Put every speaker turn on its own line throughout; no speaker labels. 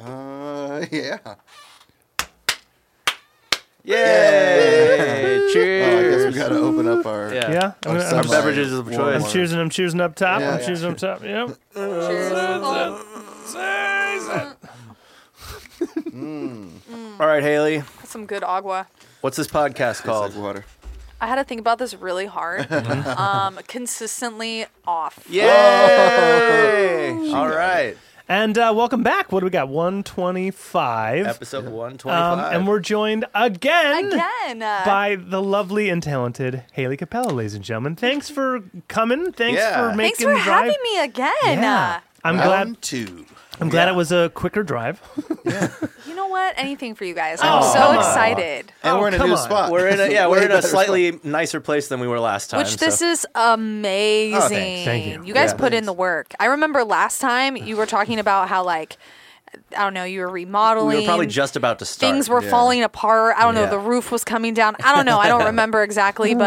Uh, yeah. Oh,
Yay!
I guess
Cheers.
we gotta open up our.
Yeah.
Yeah, I'm,
Our
gonna- I'm,
sunlight
beverages of choice.
I'm
warmer.
choosing. I'm choosing up top.
Yeah,
I'm
yeah.
choosing up top. Yep.
All right, Haley.
That's some good agua.
What's this podcast
Tastes like
called?
water.
I had to think about this really hard. um, consistently off.
Yay! All right.
And uh, welcome back. What do we got? 125.
Episode 125.
Um, and we're joined again,
Again. uh,
by the lovely and talented Haley Capella, ladies and gentlemen. Thanks for coming. Thanks
Yeah.
for
Thanks
making
for
the drive.
having me again.
Yeah. I'm
Round
glad.
Oh,
two.
I'm glad
Yeah.
it was a quicker drive.
Uh, you know what? Anything for you guys. I'm so excited.
And
Oh,
we're in a
come
new
on.
spot.
We're in a yeah,
Way
we're in a
better
slightly nicer place than we were last time.
Which this
so-
is amazing.
Thank you.
guys
Yeah.
put in the work. I remember last time you were talking about how like I don't know, you were remodeling.
we were probably just about to start.
things were
Yeah.
falling apart. I don't
Yeah.
know, the roof was coming down. I don't know. I don't remember exactly,
Hmm.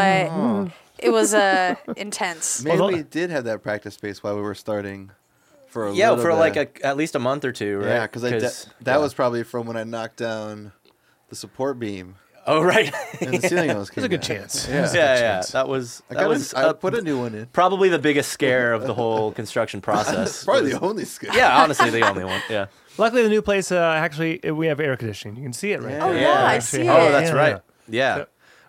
but it was uh, intense.
Maybe
Although-
we did have that practice space while we were starting for a
yeah
little
for
bit.
like a, at least a month or two, right?
yeah because de- that
yeah.
was probably from when I knocked down the support beam
oh right,
and the ceiling almost came.
There's a good
down.
chance.
Yeah.
yeah, yeah. That was
I,
that
got
was
a, I
uh,
put a new one in.
probably the biggest scare of the whole construction process.
Probably the only skill.
yeah, honestly, the only one. Yeah.
Luckily, the new place uh, actually we have air conditioning. You can see it right.
Yeah.
now.
Oh,
yeah, I see it.
Oh, that's
Yeah.
right. Yeah.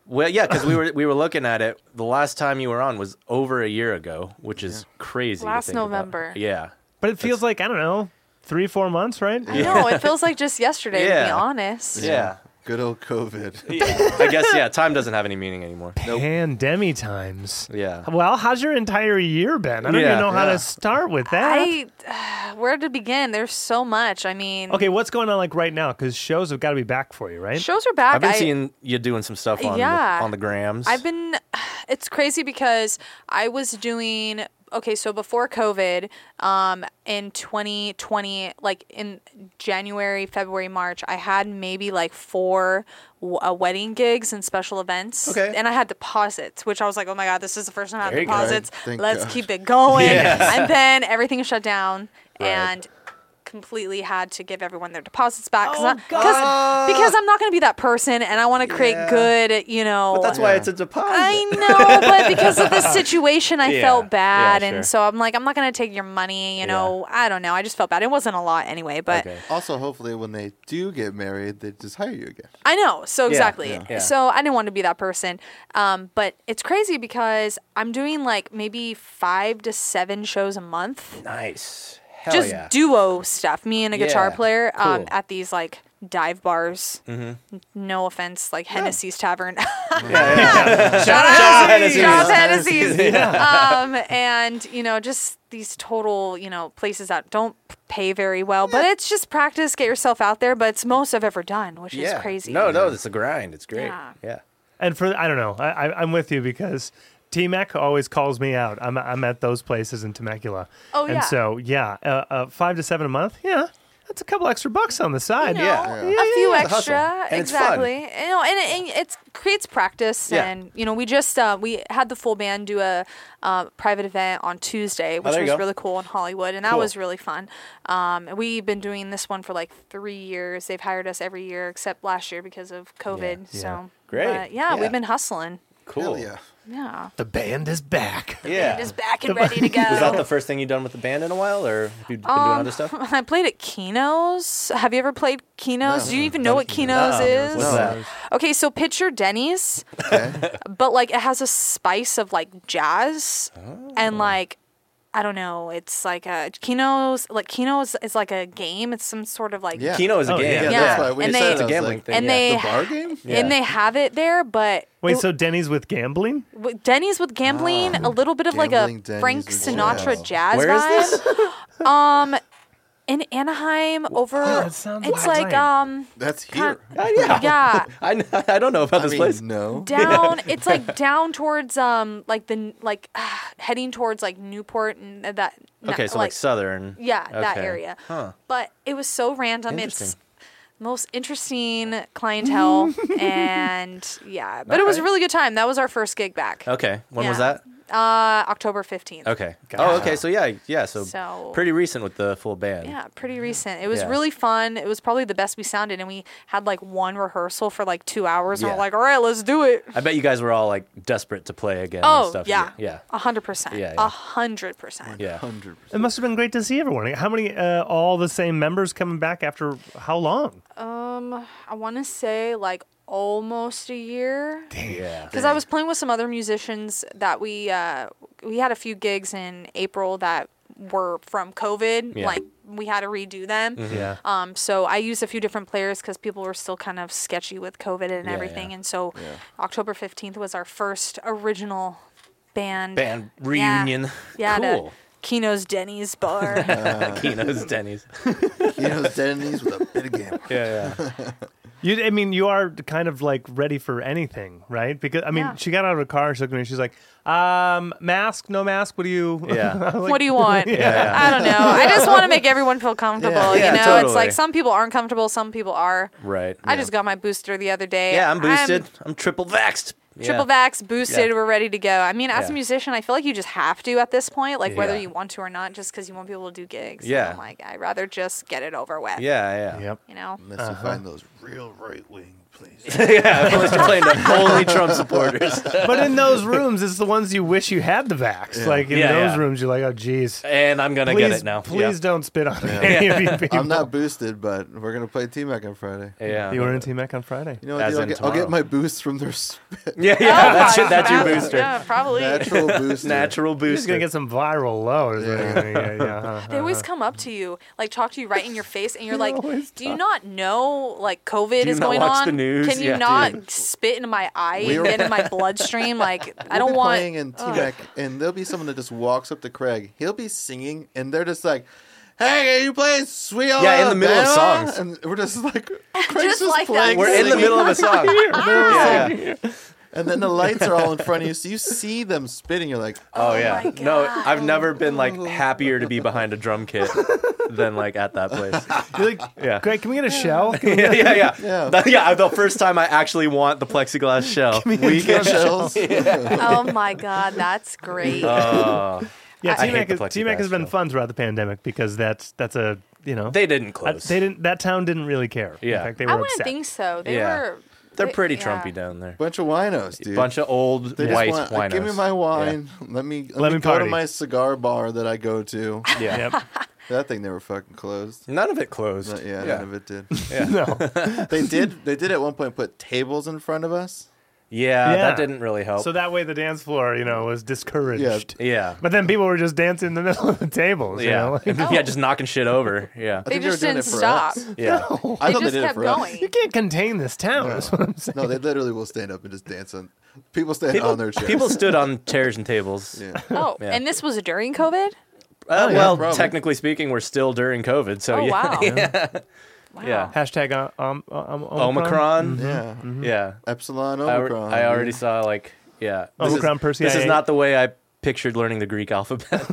Well, yeah, because we were we were looking at it. The last time you were on was over a year ago, which is crazy. to
Last
think about.
November.
Yeah.
But it feels like I don't know, three four months, right?
I know. It feels like just yesterday, to be
Yeah.
honest.
Yeah.
Good old COVID.
I guess yeah. Time doesn't have any meaning anymore.
Pandemic times.
Yeah.
Well, how's your entire year been? I don't
Yeah.
even know how
Yeah.
to start with that.
I, where to begin? There's so much. I mean,
Okay, what's going on like right now? Because shows have got to be back for you, right?
shows are back.
I've been
I-
seeing you doing some stuff on
Yeah.
the, on the grams.
I've been. It's crazy because I was doing. Okay, so before COVID, um, in 2020, like in January, February, March, I had maybe like four w- uh, wedding gigs and special events.
Okay.
And I had deposits, which I was like, oh my God, this is the first time I have
There you go.
deposits.
Thank
Let's
God.
keep it going.
Yeah.
And then everything shut down.
Right.
And completely had to give everyone their deposits back
Oh,
because because I'm not going to be that person and I want to create
Yeah.
good you know
But that's why it's a deposit.
I know, but because of the situation, I
Yeah.
felt bad,
Yeah, sure.
and so I'm like, I'm not gonna take your money. You know, I don't know. I just felt bad. It wasn't a lot anyway, but
Okay.
Also, hopefully, when they do get married, they just hire you again.
I know. So exactly.
yeah. Yeah.
So I didn't want to be that person. Um, but it's crazy because I'm doing like maybe five to seven shows a month,
Nice. Hell
just
yeah.
duo stuff. Me and a guitar
Yeah.
player um,
Cool. Mm-hmm.
at these like dive bars. No offense, like Hennessy's Tavern.
Shout out
Shout out
to
Hennessy's.
you.
Job fantasies. Um, and you know, just these total, you know, places that don't pay very well, but it's just practice, get yourself out there. But it's most I've ever done, which
yeah.
is crazy.
No, no, it's a grind. It's great.
Yeah.
yeah.
And for I don't know, I, I, I'm with you because T Mac always calls me out. I'm I'm at those places in Temecula.
Oh,
and
yeah.
so yeah, uh, uh, five to seven a month. Yeah, that's a couple extra bucks on the side.
You know,
Yeah.
Yeah.
a few
yeah, it's a
extra,
hustle. And it's fun.
exactly. You know, and it, and it creates practice.
Yeah.
And you know, we just uh, we had the full band do a uh, private event on Tuesday, which
Oh, there you
was
go.
really cool in Hollywood, and that
Cool.
was really fun. Um, and we've been doing this one for like three years. They've hired us every year except last year because of COVID.
Yeah.
So
Great.
but yeah,
Yeah.
we've been hustling.
Cool.
Hell yeah.
Yeah.
The band is back.
Yeah.
Just back and ready to go.
Was that the first thing you done with the band in a while, or have you been doing
Um,
other stuff?
I played at Kino's. Have you ever played Kino's? Do you even know what Kino's
Uh-uh.
is?
What's
No.
that?
Okay, so picture Denny's,
Okay.
but like it has a spice of like jazz
Oh.
and like I don't know. It's like a Kino's like Kino's is like a game. It's some sort of like
Yeah.
Kino is a
Oh,
game.
yeah.
Yeah,
Yeah.
that's why we
And
decided
they-
I was
Gambling
like,
thing.
and
yeah.
they
The bar game?
Yeah.
and they have it there, but
Wait,
it-
so Denny's with gambling?
with Denny's with gambling, a little bit of like a
Ah. Gambling Denny's
Frank
with
Sinatra
jazz.
jazz
Where
vibe.
is this?
Um, in Anaheim, over
that sounds
it's
about
like
right.
um,
That's here.
Oh, yeah.
yeah,
I, kn- I don't know about
I
this
mean,
place.
no.
down. It's like down towards um, like the like heading towards like Newport and that.
Okay, so like, southern.
yeah, that
Okay.
area.
Huh.
But it was so random. It's
Interesting.
most interesting clientele, and yeah, but it was a
Alright.
really good time. That was our first gig back.
Okay. When was
Yeah.
that?
Uh, October 15th.
Oh. Okay.
Gotcha.
Oh, okay. So yeah, yeah. So,
So-
pretty recent with the full band.
Yeah, pretty recent. It was
Yeah.
really fun. It was probably the best we sounded, and we had like one rehearsal for like two hours, and
Yeah.
we're like, all right, let's do it.
I bet you guys were all like desperate to play again. and
Oh,
stuff.
yeah.
Yeah.
A 100%.
Yeah, yeah.
A 100%.
Yeah.
Hundred percent.
It must have been great to see everyone. How many, uh, all the same members coming back after how long?
Um, I want to say like almost a year.
Yeah.
Because I was playing with some other musicians that we uh, we had a few gigs in April that were from COVID.
Yeah. Mm-hmm.
Like we had to redo them.
Yeah.
Um, so I used a few different players because people were still kind of sketchy with COVID and
Yeah,
everything.
yeah.
And so
Yeah.
October 15th was our first original band.
Band
Yeah.
reunion.
Yeah, at a
cool.
Kino's Denny's bar.
Kino's Denny's.
You know, Denny's with a bit of gamble.
Yeah, yeah.
You, I mean, you are kind of like ready for anything, right? Because I mean,
Yeah.
she got out of the car, she looked at me, she's like, um, mask, no mask. What do you?
Yeah.
what do you want?
yeah.
I don't know. I just want to make everyone feel comfortable.
Yeah.
you
Yeah,
know, it's
totally.
like some people aren't comfortable, some people are.
Right.
I
yeah.
just got my booster the other day.
Yeah, I'm boosted. I'm, triple vaxxed.
Triple
yeah.
vax, boosted,
Yeah.
we're ready to go. I mean, as
Yeah.
a musician, I feel like you just have to at this point, like whether
Yeah.
you want to or not, just because you want people to do gigs. And
Yeah.
I'm like, I'd rather just get it over with.
Yeah, yeah.
Yep.
You know?
Unless you find those real right wing places.
yeah, unless you're playing to only Trump supporters.
But in those rooms, it's the ones you wish you had the vax. Like in
Yeah,
those
yeah.
rooms, you're like, oh, geez.
and I'm gonna
please,
get it now.
Please
yeah.
don't spit on any of you people.
I'm not boosted, but we're gonna play T Mac on Friday.
Yeah.
You were in T Mac on Friday.
You know what?
As
dude, I'll
in
get, I'll
tomorrow.
get my boost from their spit.
Yeah, yeah. that's your,
Oh,
that's your
probably.
booster.
Yeah, probably.
natural boost.
Natural booster.
You're just gonna get some viral lows.
Yeah.
yeah, yeah, uh-huh.
They always come up to you, like talk to you right in your face, and you're
They
like,
always
"Do you not know like COVID
you
is
not
going
watch
on?
the news?
Can you
Yeah,
not
dude.
spit into my eye
We
and
were-
get in my bloodstream? Like I
We'll
don't
be
want."
playing in T Mac, and there'll be someone that just walks up to Craig. He'll be singing, and they're just like, "Hey, are you playing Sweet Home
Yeah, in the middle of
Alabama?"
songs.
and we're just like, Craig's
Just
just,
like that.
playing.
We're in the
singing.
middle of a song. yeah. yeah.
and then the lights are all in front of you, so you see them spitting. You're like,
Oh, yeah.
my
No,
God.
I've never been like
Oh.
happier to be behind a drum kit than like at that place.
You're like,
Yeah.
Greg, can we get a shell? Can we
yeah, yeah, yeah.
Yeah.
That- yeah, the first time I actually want the plexiglass shell.
we get chills.
oh my god, that's great.
Oh.
Yeah,
I
T
hate
Mac
the
is T Mac has
plexiglass
been
shell.
fun throughout the pandemic because that's that's a you know
they didn't
I-
close.
they didn't that town didn't really care.
Yeah.
in fact, they were
I
upset.
wouldn't think so. They
Yeah.
were.
They're
they-
pretty
yeah.
Trumpy down there.
Bunch of winos, dude.
Bunch of old
They just
white
want,
winos.
Give me my wine. Let me let,
Let
me,
me
go to
party.
my cigar bar that I go to.
Yeah.
Yep.
that thing never fucking closed.
None of it closed.
But yeah, none of it did.
no.
they did. They did at one point put tables in front of us.
Yeah,
Yeah.
that didn't really help.
So that way the dance floor, you know, was discouraged.
Yeah.
yeah.
But then people were just dancing in the middle of the tables.
Yeah.
You, know?
yeah, just knocking shit over. Yeah.
They
think they were
just
doing
didn't
it for
stop.
us.
Yeah.
I
They
thought
just
they did it
kept
for
you
going.
can't contain this town. Is what I'm
us.
saying.
No, they literally will stand up and just dance on. People stand
People,
on their chairs.
people stood on chairs and tables.
Yeah.
Oh,
Yeah.
and this was during COVID.
Uh,
yeah,
well,
probably.
technically speaking, we're still during COVID. So
Oh
yeah.
wow.
yeah.
Wow.
Yeah.
Hashtag uh, um, um, Omicron.
Yeah.
Omicron. Yeah.
Epsilon
I,
Omicron.
I already
dude.
saw like yeah. This
Omicron
is, this is
Persei.
not the way I pictured learning the Greek alphabet.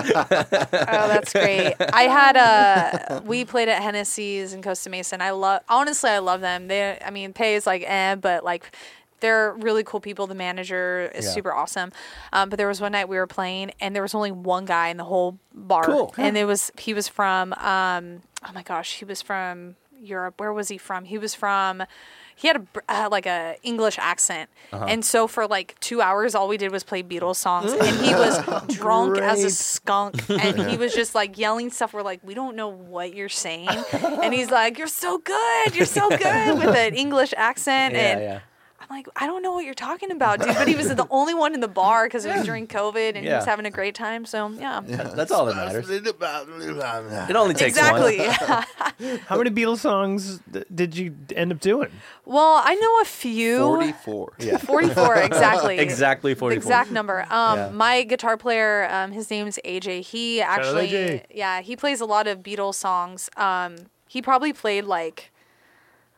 Oh, that's great. I had a. We played at Hennessy's in Costa Mesa, and I love. Honestly, I love them. They, I mean, pay is like eh, but like. They're really cool people. The manager is
Yeah.
super awesome. Um, but there was one night we were playing, and there was only one guy in the whole bar,
Cool.
and it was he was from. Um, oh my gosh, he was from Europe. Where was he from? He was from. He had a br- uh, like a English accent,
Uh-huh.
and so for like two hours, all we did was play Beatles songs, and he was drunk as a
Great.
skunk and he was just like yelling stuff we're like we don't know what you're saying and he's like you're so good you're so good with an english accent
yeah,
and
yeah.
i'm like i don't know what you're talking about dude but he was the only one in the bar because it was during covid and he
Yeah.
was having a great time so yeah,
That- That's all that matters. It
It
only takes
exactly
one.
How many Beatles songs th- did you end up doing?
well i know a few
Forty-four.
Yeah.
44 exactly
Exactly
The
44.
exact number. Um,
Yeah.
my guitar player, um, his name's AJ. He
out
actually,
AJ.
yeah, he plays a lot of Beatles songs. Um, he probably played like,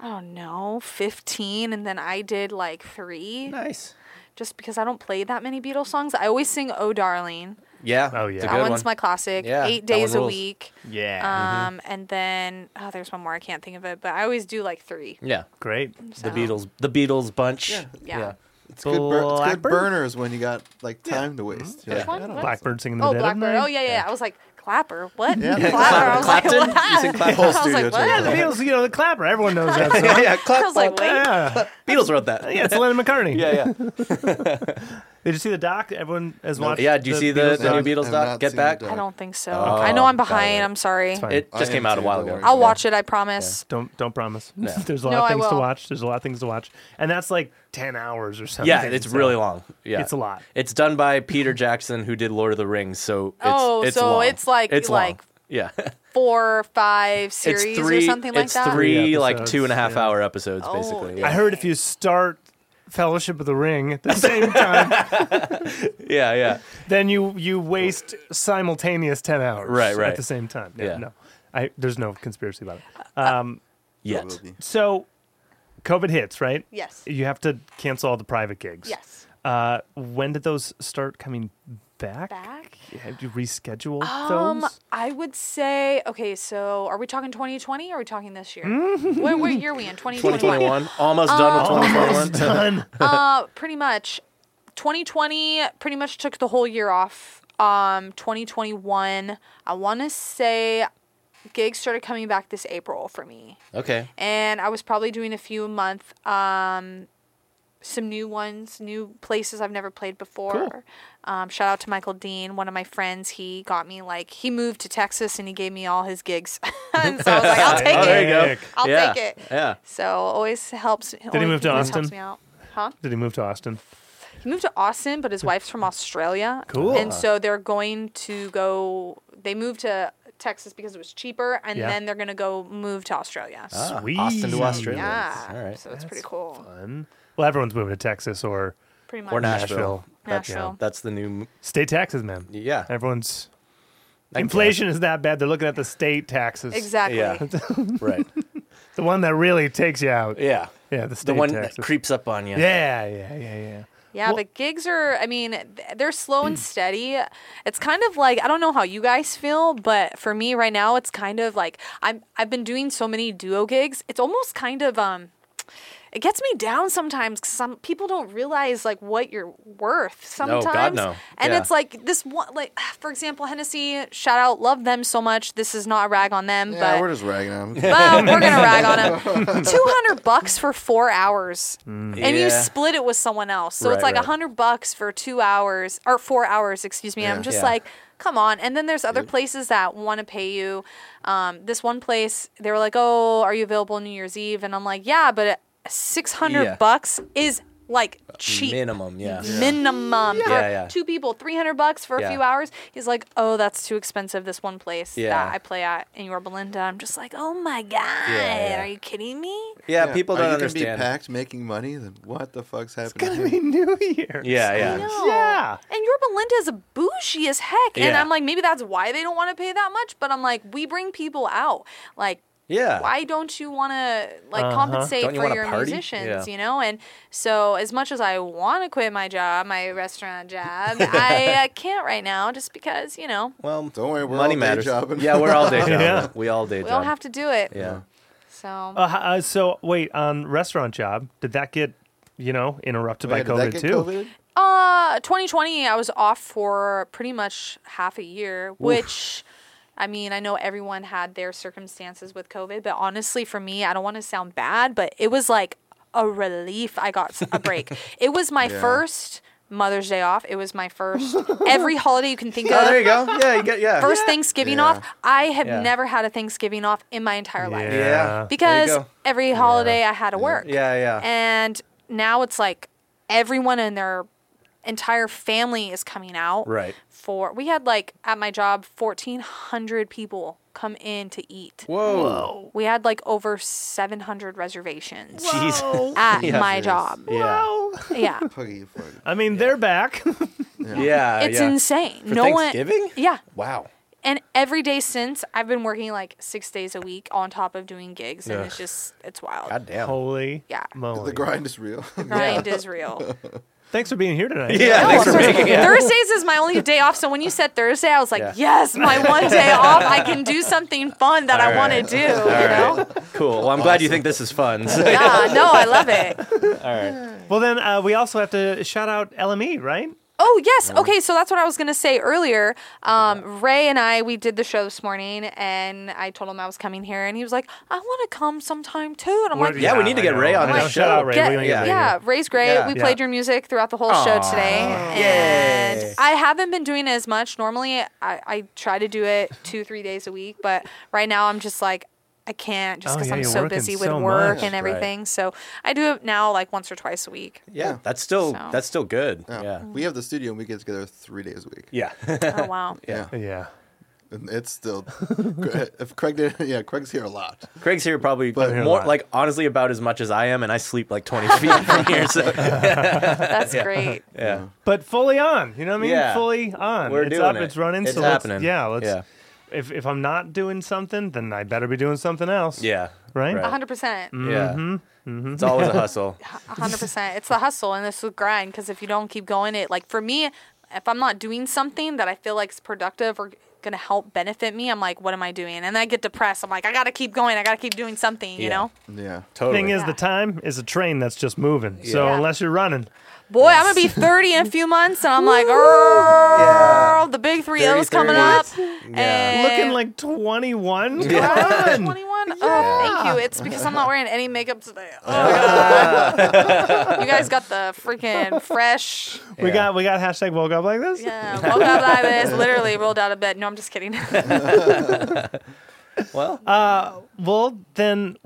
I don't know, fifteen, and then I did like three,
Nice.
just because I don't play that many Beatles songs. I always sing "Oh Darling."
Yeah.
Oh, yeah.
It's a
That
That
good
one's
one.
my classic.
Yeah,
Eight
that one
days a
rules. Mm-hmm.
week.
Yeah.
Um, and then oh, there's one more I can't think of it, but I always do like three.
yeah.
Great.
The Beatles. The Beatles bunch.
Yeah.
Yeah.
It's good, bur- it's good
Blackbird?
burners when you got like time to waste. You're
Yeah. Mm-hmm.
like, I don't know.
Blackbird singing in the
Oh,
dead of
Blackbird.
night.
Oh yeah, yeah, yeah. I was like Clapper. What?
Yeah,
Clapper.
Clapper.
I was like,
Clapton?
what?
You said Clapton?
I was
Whole
like,
studio
Yeah, the
what?
took
Beatles, you know, the clapper. Everyone knows that song.
yeah, yeah. Clap,
I was like,
clap.
wait.
yeah.
Beatles wrote that.
yeah, it's Lennon McCartney.
yeah, yeah.
Did you see the doc? Everyone has watched.
yeah, did you see the, the
doc?
new Beatles
I've
doc?
not
Get
seen the
back.
doc.
I don't think so.
Oh,
I know I'm
got
behind.
it.
I'm sorry.
fine.
It
I
just
am
came out a
too,
while
don't
ago.
worry.
I'll watch it. I promise.
Don't don't promise.
No.
There's a lot
No,
of
I
things to
will.
watch. There's a lot of things to watch, and that's like ten hours or something.
Yeah, it's
so
really long. Yeah,
It's a lot.
It's done by Peter Jackson, who did Lord of the Rings. So it's,
Oh,
it's
so
long.
it's like-
it's
like
long. yeah,
Four, five series
it's three
or something like
it's
that.
three
Three
like
episodes,
two and a half
yeah.
hour episodes
Oh,
basically.
yeah.
Yeah.
I heard if you start Fellowship of the Ring at the same time,
yeah, yeah,
then you you waste simultaneous ten hours.
Right,
At
right.
the same time. Yeah.
Yeah.
No, I there's no conspiracy about it.
Yet.
Probably.
So, COVID hits, right?
Yes.
You have to cancel all the private gigs.
Yes.
Uh, when did those start coming back?
Back?
Have you rescheduled
Um,
those?
I would say okay. So, are we talking 2020? Or are we talking this year? what, what year are we in? 2021.
2021, almost done with 2021.
Done.
uh, pretty much 2020 pretty much took the whole year off um 2021 i want to say gigs started coming back this april for me
okay,
and i was probably doing a few a month um some new ones new places i've never played before um, shout out to michael dean one of my friends he got me like he moved to texas and he gave me all his gigs and so i was like i'll take
Oh, there you
it
go.
Sick.
i'll
yeah.
take it
Yeah.
so always helps did
move to
helps
Austin?
me out huh
Did he move to Austin?
he moved to Austin, but his wife's from Australia.
Cool.
And so they're going to go. They moved to Texas because it was cheaper, and
Yeah.
then they're going to go move to Australia.
Ah,
Sweet.
Austin to Australia.
yeah.
All right.
So it's pretty cool.
Fun. Well, everyone's moving to Texas or
Pretty much.
Or Nashville.
Nashville.
That's,
Nashville.
that's the new. m-
state taxes, man.
Yeah.
Everyone's
I
inflation is that bad. They're looking at the state taxes.
Exactly.
Yeah. guess. Right.
The one that really takes you out. Yeah,
Yeah.
the state
The one
taxes.
that creeps up on you.
yeah, yeah, yeah, yeah.
Yeah,
Well-
but gigs are, I mean, th- they're slow and steady. It's kind of like, I don't know how you guys feel, but for me right now, it's kind of like, I'm, I've been doing so many duo gigs. It's almost kind of, um, it gets me down sometimes because some people don't realize like what you're worth
God,
sometimes.
no.
And
Yeah.
it's like this one, like for example, Hennessy. Shout out, love them so much. This is not a rag on them,
Yeah,
but
we're just ragging on. 'em.
well, we're gonna rag on him. Two hundred bucks for four hours, and you
Yeah.
split it with someone else. So
Mm.
it's
Right,
like a
right.
hundred bucks for two hours or four hours, excuse me. I'm just
Yeah.
like, come on. And then there's other places that want to pay you. Um, this one place, they were like, oh, are you available New Year's Eve? And I'm like, yeah, but six hundred
Yeah.
bucks is like cheap
Minimum. Yeah.
minimum for
Yeah, yeah.
two people, three hundred bucks for a
Yeah.
few hours. He's like, oh, that's too expensive. This one place
Yeah.
that I play at in Yorba Linda. I'm just like, oh my god,
yeah.
are you kidding me?
Yeah.
Yeah.
People
Are
don't
you gonna
understand.
be packed making money, then what the fuck's happening?
Gotta
here?
be New Year's.
Yeah. Yeah.
No.
Yeah.
And Yorba Linda is a bougie as heck, and
Yeah.
I'm like, maybe that's why they don't want to pay that much. But I'm like, we bring people out, like.
Yeah.
Why don't you want to like
Uh-huh.
compensate
Don't you
for
wanna
your
party?
musicians,
Yeah.
you know? And so, as much as I want to quit my job, my restaurant job, I uh, can't right now, just because you know
Well,
Don't worry, we're all
money
day
matters.
jobbing.
Yeah, we're all day jobbing.
Yeah.
We all day
we
job.
all have to do it.
Yeah.
So
Uh, h- uh, so wait, on restaurant job, did that get you know interrupted
Wait,
by
did that
COVID
get COVID?
too?
Uh, 2020, I was off for pretty much half a year, which, I mean, I know everyone had their circumstances with COVID, but honestly, for me, I don't want to sound bad, but it was like a relief. I got s- a break. it was my
Yeah.
first Mother's Day off. It was my first every holiday you can think
Oh, there
of.
you go. Yeah, you get yeah.
First Thanksgiving
Yeah.
off. I have
Yeah.
never had a Thanksgiving off in my entire life
Yeah.
yeah.
because
there you go.
every holiday I had to work.
Yeah, yeah.
And now it's like everyone in their entire family is coming out.
Right.
For we had like at my job 1400 people come in to eat.
Whoa.
We had like over 700 reservations
Jeez.
at
Yeah.
my
Jesus.
job.
Yeah.
Yeah.
Uh,
Puggy, puggy.
I mean, they're back.
Yeah.
It's
yeah.
insane.
For
no
Thanksgiving?
one Yeah.
Wow.
And every day since, I've been working like six days a week on top of doing gigs, and it's
Ugh.
just it's wild.
God damn.
Holy
Yeah.
moly.
Oh,
The grind is real.
Grind is real.
Thanks for being here tonight.
Yeah,
No,
thanks for
I'm sorry.
making it.
Thursdays is my only day off, so when you said Thursday, I was like,
Yeah.
yes, my one day off. I can do something fun that I
All
want to
right.
do.
All
you know?
right. Cool. Well, I'm glad you think this is fun. So-
Yeah, no, I love it.
All right.
Well, then uh, we also have to shout out LME, right?
Oh yes. Okay, so that's what I was gonna say earlier. Um, Ray and I we did the show this morning, and I told him I was coming here, and he was like, "I want to come sometime too." And I'm
We're-
like,
Yeah, we need to get
I know.
Ray on
I
the
know.
show.
Shout out Ray.
"Get-
We're gonna get Ray.
yeah,
here.
Ray's great.
Yeah.
We
Yeah.
played your music throughout the whole show
Aw.
today,
Yay.
and I haven't been doing it as much. Normally, I, I try to do it two, three days a week, but right now I'm just like. I can't just
Oh,
because
yeah,
I'm
you're
so
working
busy
so
with work
much.
and
Right.
everything. So I do it now like once or twice a week.
Yeah, that's still
So.
that's still good.
Yeah.
Yeah.
We have the studio and we get together three days a week.
Yeah.
Oh wow.
Yeah.
Yeah.
And it's still if Craig did yeah, Craig's here a lot.
Craig's here probably
here a
more
lot.
like honestly about as much as I am, and I sleep like 20 feet from here. So yeah,
That's great.
yeah.
But fully on, you know what I mean?
Yeah.
Fully on.
We're
it's
doing
up,
it.
it's running.
It's
so let's-
happening.
yeah, let's.
Yeah.
If if I'm not doing something, then I better be doing something else. Right?
Right.
100%.
Yeah.
Mm-hmm.
It's always a hustle.
A hundred percent. It's the hustle and it's the grind. Because if you don't keep going, it like for me, if I'm not doing something that I feel like is productive or gonna help benefit me, I'm like, what am I doing? And I get depressed. I'm like, I gotta keep going. I gotta keep doing something.
Yeah.
You know,
Yeah.
Totally.
Thing is,
Yeah.
the time is a train that's just moving. So
Yeah.
unless you're running,
boy, I'm gonna be 30 in a few months, and I'm like, girl, the big three
30,
O's coming
30.
up.
Yeah.
And
looking like 21. Come
Oh,
on.
21. Oh, thank you. It's because I'm not wearing any makeup today. Oh, my God. you guys got the freaking fresh.
We
Yeah.
got we got hashtag woke up like this.
Yeah, woke up like this. Literally rolled out of bed. No, I'm just kidding.
well,
Uh,
Well, then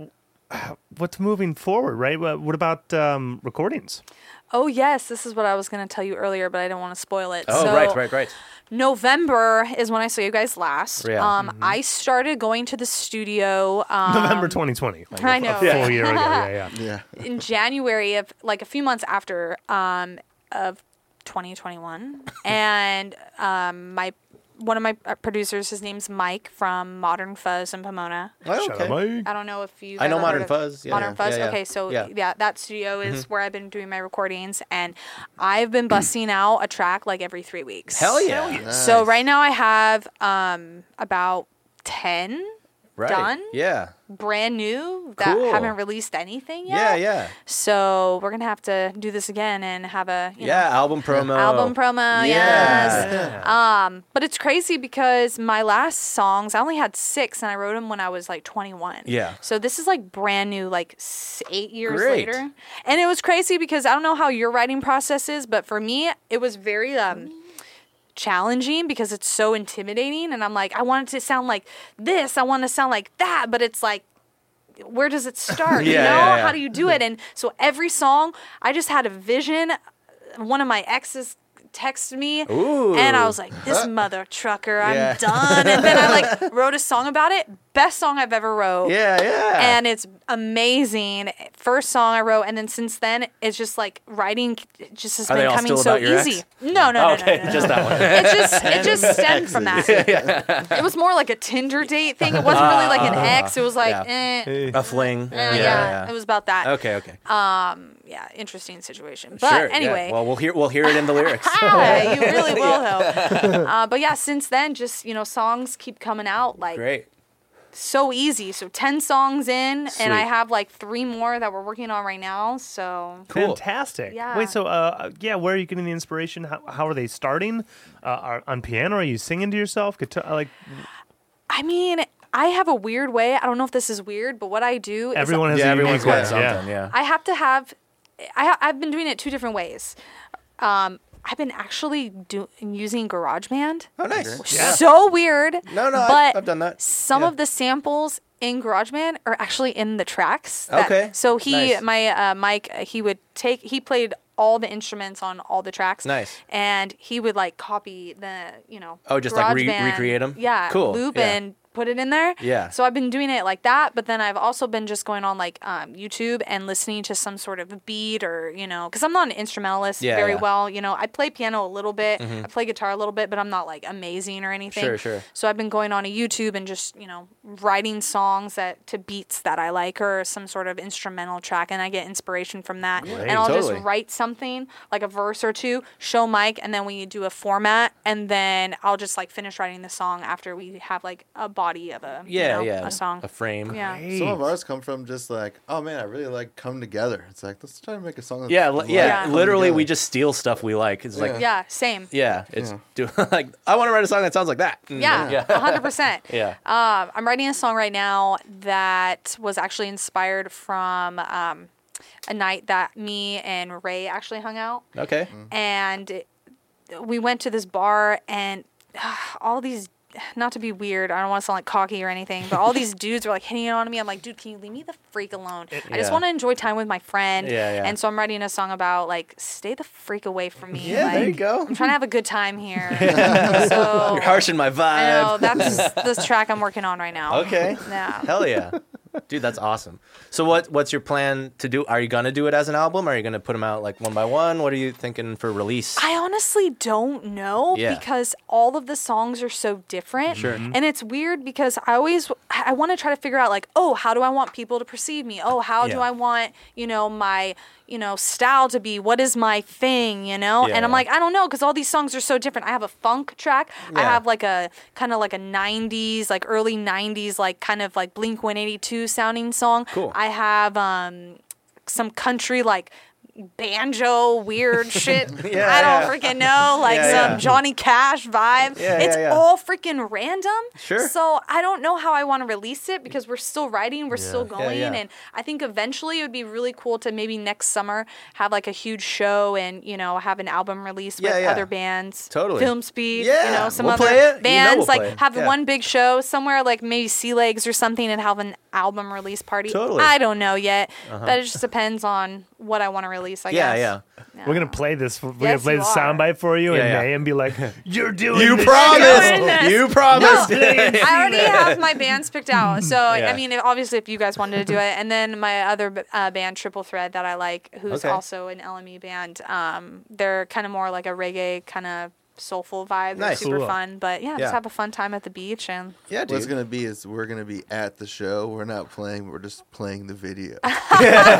uh, what's moving forward, right? What, what about um, recordings?
Oh yes, this is what I was going to tell you earlier, but I don't want to spoil it.
oh
so
right, right, right.
November is when I saw you guys last.
Yeah.
Um, I started going to the studio um,
November 2020. Like
I
a-
know.
A full year ago. Yeah, yeah.
Yeah.
in January of like a few months after um, of 2021, and um, my one of my uh, producers, his name's Mike from Modern Fuzz in Pomona.
Oh,
Shout out, Mike.
I don't know if you.
I know Modern
of
Fuzz, yeah.
Modern
Yeah.
Fuzz.
Yeah, yeah.
Okay, so
Yeah. Mm-hmm.
yeah. that studio is where I've been doing my recordings, and I've been busting out a track like every three weeks.
Hell yeah.
So
Nice.
right now I have um about ten
Right.
done,
Yeah.
brand new that
Cool.
haven't released anything
Yeah, yeah.
yet.
Yeah,
So we're gonna have to do this again and have a you know,
album promo.
album promo. Yes.
Yeah.
Um, but it's crazy because my last songs, I only had six, and I wrote them when I was like 21.
Yeah.
So this is like brand new, like s- eight years
Great.
later, and it was crazy because I don't know how your writing process is, but for me, it was very um. Challenging because it's so intimidating, and I'm like, I want it to sound like this, I want to sound like that, but it's like where does it start? you
Yeah,
know,
yeah, yeah.
how do you do it? And so every song, I just had a vision. One of my exes texted me, and I was like, "This mother trucker, I'm
Yeah.
done." And then I like wrote a song about it. Best song I've ever wrote.
Yeah, yeah.
And it's amazing. First song I wrote, and then since then, it's just like writing just has
Are they
been
all
coming
still
so
about your ex?
easy. No, no, no,
okay,
no, no, no.
just that one.
It just it just stemmed from that. It was more like a Tinder date thing. It wasn't really like an ex. It was like,
Ah. yeah.
eh,
A fling.
uh, yeah, it was about that.
Okay, okay.
Yeah, interesting situation. But
sure. yeah.
anyway,
Well, we'll hear we'll hear it in the lyrics.
yeah, you really will though. Uh, but yeah, since then, just you know, songs keep coming out like
Great.
so easy. So ten songs in, and I
Sweet.
have like three more that we're working on right now. So
Cool.
Fantastic.
Yeah.
Wait, so uh, yeah, where are you getting the inspiration? How, how are they starting? Uh, are, on piano? Are you singing to yourself? Guitar, like
I mean, I have a weird way. I don't know if this is weird, but what I do is
everyone has
Yeah,
a unique
everyone's got
way,
something. Yeah.
I have to have. I ha- I've been doing it two different ways. Um, I've been actually do- using GarageBand.
Oh, nice.
So weird.
No, no, I've-
but
I've done that.
Some
Yeah.
of the samples in GarageBand are actually in the tracks. that-
Okay.
So he,
Nice.
my uh, Mike, uh, he would take. He played all the instruments on all the tracks.
Nice.
And he would like copy the, you know.
Oh, just, like, re-
GarageBand,
recreate 'em?
Yeah.
Cool,
Loop
yeah.
and put it in there.
Yeah.
So I've been doing it like that, but then I've also been just going on like um, YouTube and listening to some sort of beat or you know, because I'm not an instrumentalist
Yeah,
very
yeah. Mm-hmm.
well. You know, I play piano a little bit, I play guitar a little bit, but I'm not like amazing or anything.
Sure, sure.
So I've been going on to YouTube and just you know writing songs that to beats that I like or some sort of instrumental track, and I get inspiration from that.
Great.
and I'll
Totally.
just write something like a verse or two, show Mike, and then we do a format, and then I'll just like finish writing the song after we have like a body of a you
Yeah,
know,
yeah.
a song
A frame.
yeah.
Great.
Some of ours come from just like, oh man, I really like Come Together. It's like, let's try to make a song. that
Yeah, li-
like
yeah.
Come
Literally,
Together.
we just steal stuff we like. It's like,
Yeah.
Yeah, same.
yeah, it's
Yeah.
do, like I want to write a song that sounds like that. Mm,
Yeah,
yeah,
hundred percent.
yeah.
Um, I'm writing a song right now that was actually inspired from um, a night that me and Ray actually hung out,
Okay.
and it- we went to this bar, and all these. Not to be weird, I don't want to sound like cocky or anything, but all these dudes were like hitting it on me. I'm like, dude, can you leave me the freak alone? I
Yeah.
just want to enjoy time with my friend.
Yeah, yeah.
And so I'm writing a song about like, stay the freak away from me.
Yeah, there you
Like,
go.
I'm trying to have a good time here. so
You're harshing my
I know
vibe.
that's the track I'm working on right now.
Uh, Okay.
Yeah.
Hell yeah, dude, that's awesome. So what what's your plan to do? Are you gonna do it as an album? Are you gonna put them out like one by one? What are you thinking for release?
I honestly don't know
Yeah.
because all of the songs are so different.
Sure. Mhm.
And it's weird because I always I I want to try to figure out like, oh, how do I want people to perceive me? Oh, how do
Yeah.
I want, you know, my, you know, style to be? What is my thing, you know?
Yeah,
and I'm
yeah.
like, I don't know cuz all these songs are so different. I have a funk track. I
Yeah.
have like a kind of like a 90s, like early 90s like kind of like Blink-182 sounding song.
Cool.
I have um some country like banjo weird shit.
Yeah,
I don't
yeah.
freaking know, like
Yeah,
some
yeah.
Johnny Cash vibe.
Yeah,
it's
yeah, yeah.
all freaking random.
Sure.
So I don't know how I want to release it because we're still writing, we're still
Yeah,
going,
yeah.
and I think eventually it would be really cool to maybe next summer have like a huge show and you know have an album release
Yeah,
with
yeah.
other bands,
Totally.
Film Speed,
Yeah,
you know, some
we'll
other
play it. You know
bands,
we'll
like
play it.
have
Yeah.
one big show somewhere, like maybe Sea Legs or something, and have an album release party.
Totally. Uh-huh.
I don't know yet, but it just depends on what I want to release. I
yeah,
guess.
yeah.
We're gonna play this. We're gonna
Yes,
play
you
the
are.
soundbite for you in
Yeah, yeah.
May and be like, "You're doing.
You
this
doing
promised.
this.
You promised.
shit."
I already have my bands picked out. So
Yeah.
I mean, if- obviously, if you guys wanted to do it, and then my other uh, band, Triple Thread, that I like, who's
Okay.
also an LME band. Um, they're kind of more like a reggae kind of soulful vibe. They're
Nice.
super
Cool.
fun, but yeah,
Yeah.
just have a fun time at the beach and
Yeah, dude.
What's gonna be is we're gonna be at the show. We're not playing. We're just playing the video.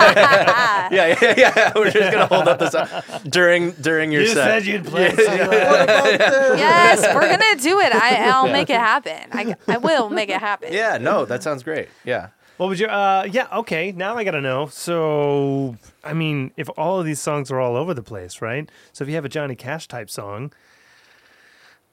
yeah, yeah, yeah. We're just gonna hold up the sign during during your
You
set.
said you'd play.
yes, we're gonna do it. I, I'll make it happen. I, I will make it happen.
yeah, no, that sounds great. Yeah.
What was your? Uh, yeah. Okay. Now I gotta know. So I mean, if all of these songs are all over the place, right? So if you have a Johnny Cash type song,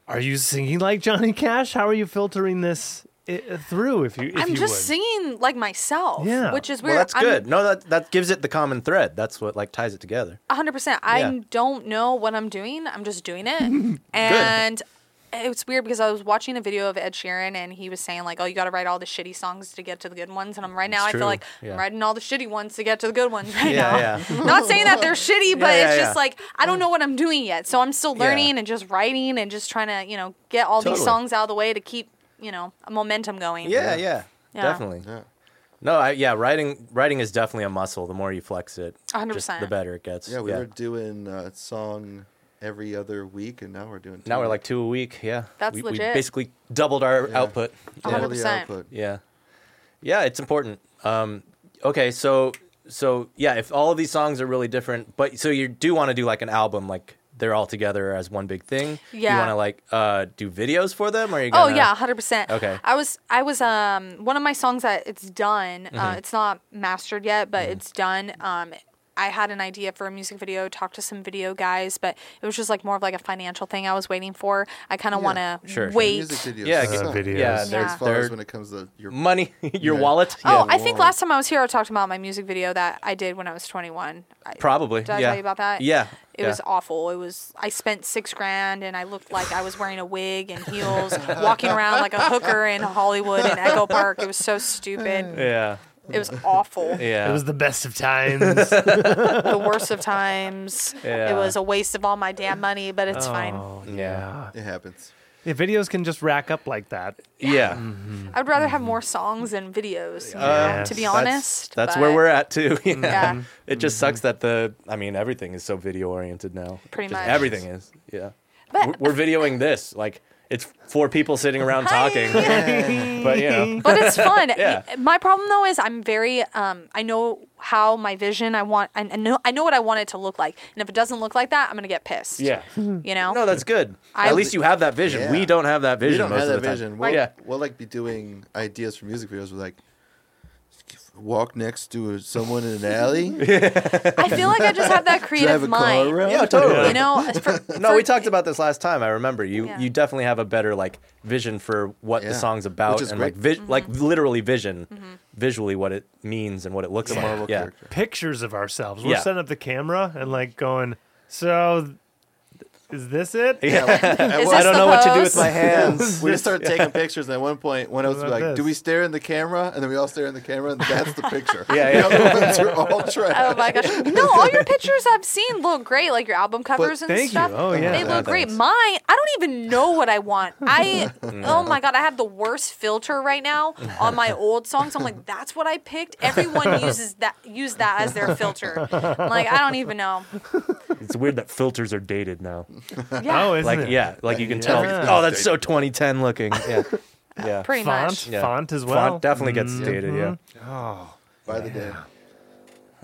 are you singing like Johnny Cash? How are you filtering this i through? If you, if
I'm
you
just
would?
singing like myself,
Yeah.
which is weird.
Well, that's
I'm-
good. no, that that gives it the common thread. That's what like ties it together.
A 100%. I
Yeah.
don't know what I'm doing. I'm just doing it. and it's weird because I was watching a video of Ed Sheeran and he was saying, like, oh, you got to write all the shitty songs to get to the good ones. And I'm right now,
It's
I
true.
feel like
Yeah.
I'm writing all the shitty ones to get to the good ones right now.
Yeah, yeah.
Not saying that they're shitty, but
Yeah, yeah,
it's
yeah.
just like, I don't know what I'm doing yet. So I'm still
Yeah.
learning and just writing and just trying to, you know, get all
Totally.
these songs out of the way to keep, you know, a momentum going.
Yeah, yeah,
Yeah.
definitely.
Yeah.
No, I, yeah, writing writing is definitely a muscle. The more you flex it,
A hundred
just
percent.
the better it gets.
Yeah, we were doing a song every other week, and now we're doing.
now
two
we're
a
like two a week. Yeah,
That's
we, We
legit.
basically doubled our
Yeah.
output.
week.
Yeah.
Double the
100%.
output.
Yeah. Yeah, it's important. Um, okay, so so yeah, if all of these songs are really different, but so you do want to do like an album, like they're all together as one big thing. You
Yeah.
want to like uh, do videos for them, or are you?
Oh
Gonna...
yeah, hundred percent.
Okay.
I was I was um one of my songs that it's done. Uh,
Mm-hmm.
it's not mastered yet, but it's done. Um, I had an idea for a music video. Talked to some video guys, but it was just like more of like a financial thing I was waiting for. I kind of
Yeah.
want to
Sure, sure.
wait.
Music videos.
Yeah,
suck.
g- videos.
yeah.
Yeah.
They're,
As far
they're
as when it comes to your
money, your
Yeah.
wallet. yeah.
Oh, I think last time I was here, I talked about my music video that I did when I was 21. I,
probably.
Did I
yeah.
tell you about that?
Yeah,
It
yeah.
was awful. It was I spent six grand and I looked like I was wearing a wig and heels, walking around like a hooker in Hollywood and Echo Park. It was so stupid.
Yeah,
It was awful.
yeah.
It was the best of times.
The worst of times.
Yeah.
It was a waste of all my damn money, but it's fine.
Oh,
Yeah.
It happens.
The videos can just rack up like that.
Yeah.
I'd rather have more songs than videos. you know,
Yes.
to be
Mm. That's-
honest,
That's,
but
where we're at too. Yeah.
Yeah.
It
Mm-hmm.
just sucks that the I mean everything is so video oriented now.
Pretty
Just
much.
Everything is. Yeah.
But-
we're, we're videoing this like it's four people sitting around
Hi.
talking. Eh, but you know.
but it's fun.
Yeah.
My problem though is I'm very um I know how my vision I want I I know I know what I want it to look like. And if it doesn't look like that, I'm gonna get pissed.
Yeah.
You know?
No, that's good.
I-
At least you have that vision.
Yeah.
We don't have that vision.
We don't
most
have
of
that
the time.
vision. We'll,
yeah.
we'll like be doing ideas for music videos. We're like, walk next to someone in an alley,
I feel like I just have that
drive a
creative
car
mind.
around.
Yeah, totally.
You know, for,
No,
for-
we talked about this last time. I remember you.
Yeah.
You definitely have a better like vision for what
Yeah.
the song's about,
Which is
and
great.
like vi- like
Mm-hmm.
literally vision, visually what it means and what it looks
The
like.
Marvel
yeah,
character.
Pictures of ourselves. We're
Yeah.
setting up the camera and like going, so th- is this it?
Yeah.
At
Is
one-
I
this
don't
the
know what to do with
pose?
my hands.
we just start taking pictures, and at one point, one of us
What
was
about
like,
this?
"Do we stare in the camera?" And then we all stare in the camera, and that's the picture.
Yeah,
The other ones are all trash.
Oh my gosh! No, all your pictures I've seen look great, like your album covers and
thank you.
stuff.
Oh, yeah.
they
Yeah,
look great.
thanks.
Mine, I don't even know what I want. I oh my god, I have the worst filter right now on my old songs. I'm like, that's what I picked. Everyone uses that use that as their filter. I'm like I don't even know.
It's weird that filters are dated now.
Yeah,
Oh, isn't
Like
it?
yeah, like you can tell.
Everything's
Oh, that's
dated.
so 2010 looking. Yeah, yeah.
pretty
Font,
much.
Yeah.
font as well. Mm-hmm.
Font definitely gets dated. Yeah.
Oh,
By the day,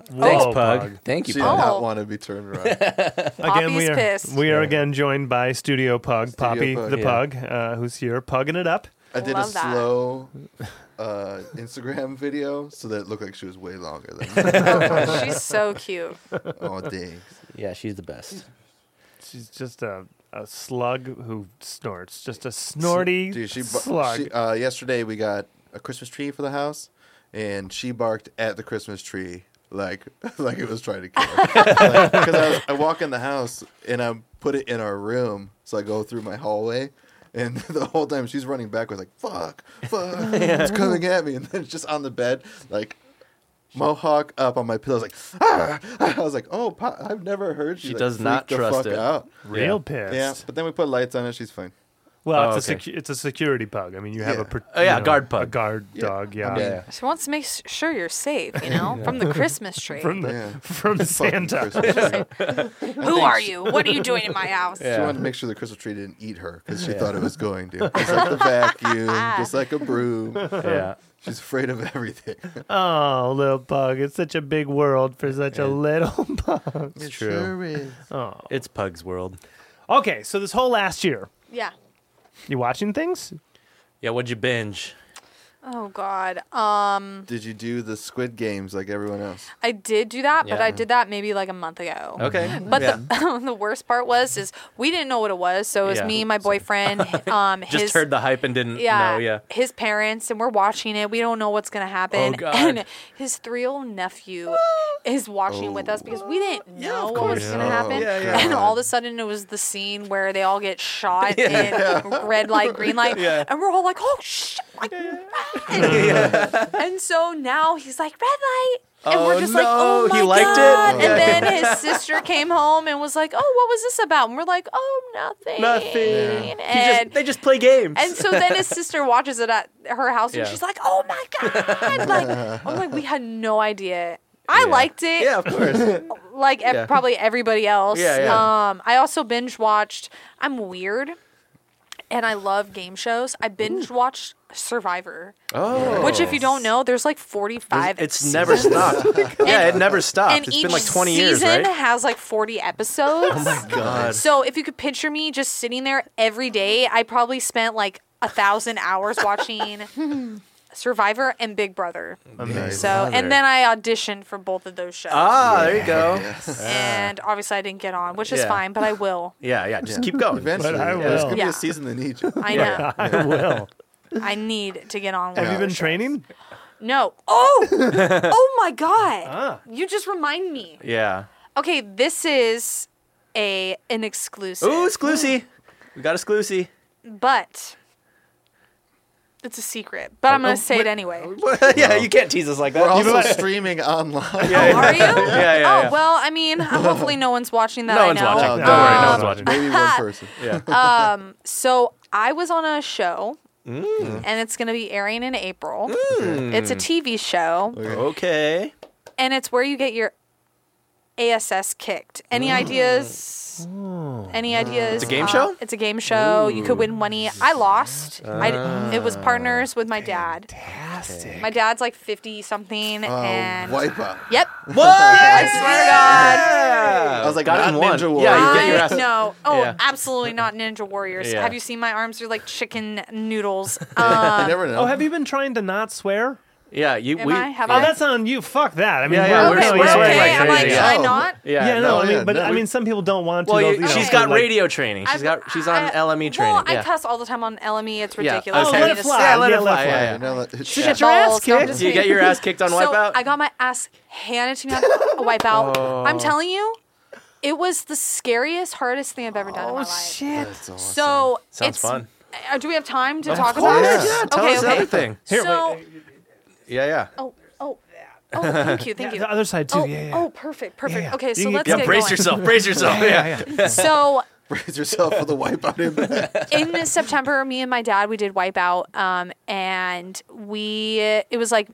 Thanks,
Whoa,
Oh, Pug.
Pug.
Thank
she
you,
did
Pug.
not want to be turned around.
Again, we
Poppy's
are
pissed.
we are again joined by Studio Pug,
Studio
Poppy
Pug,
the
yeah.
Pug, uh, who's here pugging it up.
I did a
Love that.
slow uh, Instagram video so that it looked like she was way longer than
She's so cute.
all day.
Yeah, she's the best.
She's just a, a slug who snorts. Just a snorty
Dude, she, bar-
slug.
she uh, yesterday we got a Christmas tree for the house, and she barked at the Christmas tree like like it was trying to kill her. Because I, was- I walk in the house and I put it in our room, so I go through my hallway. And the whole time she's running backwards, like "fuck, fuck," it's coming at me, and then it's just on the bed, like mohawk up on my pillow, like ah! I was like, "Oh, pa- I've never heard."
She
like,
does
freak
not
the
trust
fuck
it.
Out.
Real pissed.
Yeah, but then we put lights on it. She's fine.
Well,
Oh,
it's a
okay.
secu- it's a security pug. I mean, you have
Yeah.
a pr-
Oh, yeah,
you know,
guard
a
pug.
guard
Yeah.
dog. Yeah,
I mean,
Yeah.
She wants to make s- sure you're safe, you know, from the Christmas tree.
from the
Yeah.
from
Fucking
Santa.
Christmas tree.
Who are you? What are you doing in my house?
Yeah.
She wanted to make sure the Christmas tree didn't eat her because she thought it was going to. Just like the vacuum, just like a broom.
Yeah.
She's afraid of everything.
Oh, little pug! It's such a big world for such a little pug.
It's
true. sure It's Pug's world.
Okay, so this whole last year,
Yeah.
you watching things?
Yeah, what'd you binge?
Oh God. Um,
Did you do the Squid Games like everyone else?
I did do that, but
Yeah.
I did that maybe like a month ago.
Okay.
But
yeah.
the, the worst part was is we didn't know what it was, so it was
Yeah.
me, my boyfriend, um, his
just heard the hype and didn't
yeah,
know. Yeah.
his parents, and we're watching it. We don't know what's gonna happen.
Oh, God.
And his three-year-old nephew is watching with us because we didn't know what was
course.
gonna
Yeah.
happen.
Yeah, yeah.
And all of a sudden, it was the scene where they all get shot in red light, green light,
Yeah.
and we're all like, "Oh shit!" Like, and so now he's like, "Red light." And
Oh,
we're just like,
no,
oh my
he liked it?
god!
Yeah.
And then his sister came home and was like, "Oh, what was this about?" And we're like, "Oh, nothing."
Nothing. He
And
just, they just play games.
and so then his sister watches it at her house, and
Yeah.
she's like, "Oh my god!" Like, I'm like, we had no idea. I
Yeah.
liked it,
yeah, of course.
like ev-
yeah.
probably everybody else.
Yeah, yeah.
Um, I also binge watched. I'm weird, and I love game shows. I binge watched Survivor,
oh.
which, if you don't know, there's like 45.
It's never stopped. yeah, it never stopped.
and
It's
each
been like 20 years,
season
right?
has like 40 episodes.
Oh God.
So if you could picture me just sitting there every day, I probably spent like a thousand hours watching Survivor and Big Brother.
Amazing.
So
Brother.
and then I auditioned for both of those shows.
Ah, there you go.
and obviously I didn't get on, which is
Yeah.
fine, but I will.
Yeah, yeah. Just keep going.
Eventually,
I
yeah, there's
will.
gonna be
Yeah.
a season in each.
I
Yeah.
know.
I will.
I need to get on.
Have
one.
you been training?
No. Oh. oh my god.
Ah.
You just remind me.
Yeah.
Okay, this is a an exclusive.
Ooh, Sclusy. We got a Sclusy.
but it's a secret. But
Oh,
I'm gonna say it anyway.
yeah, you can't tease us like that.
We're
Even
also
like-
streaming online.
Oh, are you?
yeah, yeah.
Oh well, I mean, hopefully no one's watching that.
No
I
one's
know.
watching.
Oh,
Don't worry, no
God.
one's watching.
Maybe one person.
yeah.
So I was on a show,
Mm.
and it's going to be airing in April. It's a TV show,
Okay.
Oh and it's where you get your ASS kicked. Any ideas? Any ideas?
Mm. Oh.
Uh,
It's a game show?
It's a game show. You could win money. I lost.
Ah.
I, it was partners with my dad.
Fantastic.
My dad's like 50 something,
Oh,
and.
wipe up.
Yep.
What?
I swear to God.
I was like,
Got
not
in one.
Ninja Warrior.
Yeah, you
I
get your ass.
No. Oh,
Yeah.
absolutely not Ninja Warriors.
Yeah.
Have you seen my arms? They're like chicken noodles.
you
Um,
never know.
Oh, have you been trying to not swear?
Yeah, you.
Am
we,
I? Have
yeah.
I?
Oh, that's on you. Fuck that. I mean,
Yeah, yeah,
we're-
okay,
no,
we're
yeah,
swearing
okay.
like
I'm like,
crazy.
should I
No.
not?
Yeah,
Yeah,
no,
no, I mean,
yeah,
but
no,
I
we-
mean, some people don't want to.
Well,
they'll,
you,
you know,
she's
feel
got
like-
radio training. She's got. She's on
I-
LME training.
Well, I
yeah.
cuss all the time on LME. It's
Yeah,
ridiculous.
okay.
I
Let
need
it
to
fly,
stop.
Yeah, let
yeah,
it
let
fly.
it fly.
Yeah,
You know, that-
Shit,
yeah.
your ass
Balls, no, I'm
kicked?
just
Do you get
kidding.
your ass kicked on
So
Wipeout?
I got my ass handed to me on a wipeout.
Oh.
I'm telling you, it was the scariest, hardest thing I've ever done in my
Oh
life.
shit!
That's awesome.
So
Sounds
it's
fun.
Uh, do we have time to
course,
talk about it?
yeah,
tell
okay,
us
okay.
everything.
Here,
so,
wait,
Yeah, yeah.
oh, oh, oh, thank you, thank
Yeah,
you.
the other side too.
Oh,
yeah, yeah.
oh, perfect, perfect.
yeah.
Okay,
You
so
can get-
let's
Yeah,
get
brace
going.
yourself. Brace yourself. Yeah.
yeah, yeah.
So
Brace yourself for the wipeout impact.
in September, me and my dad we did Wipeout, um, and we it was like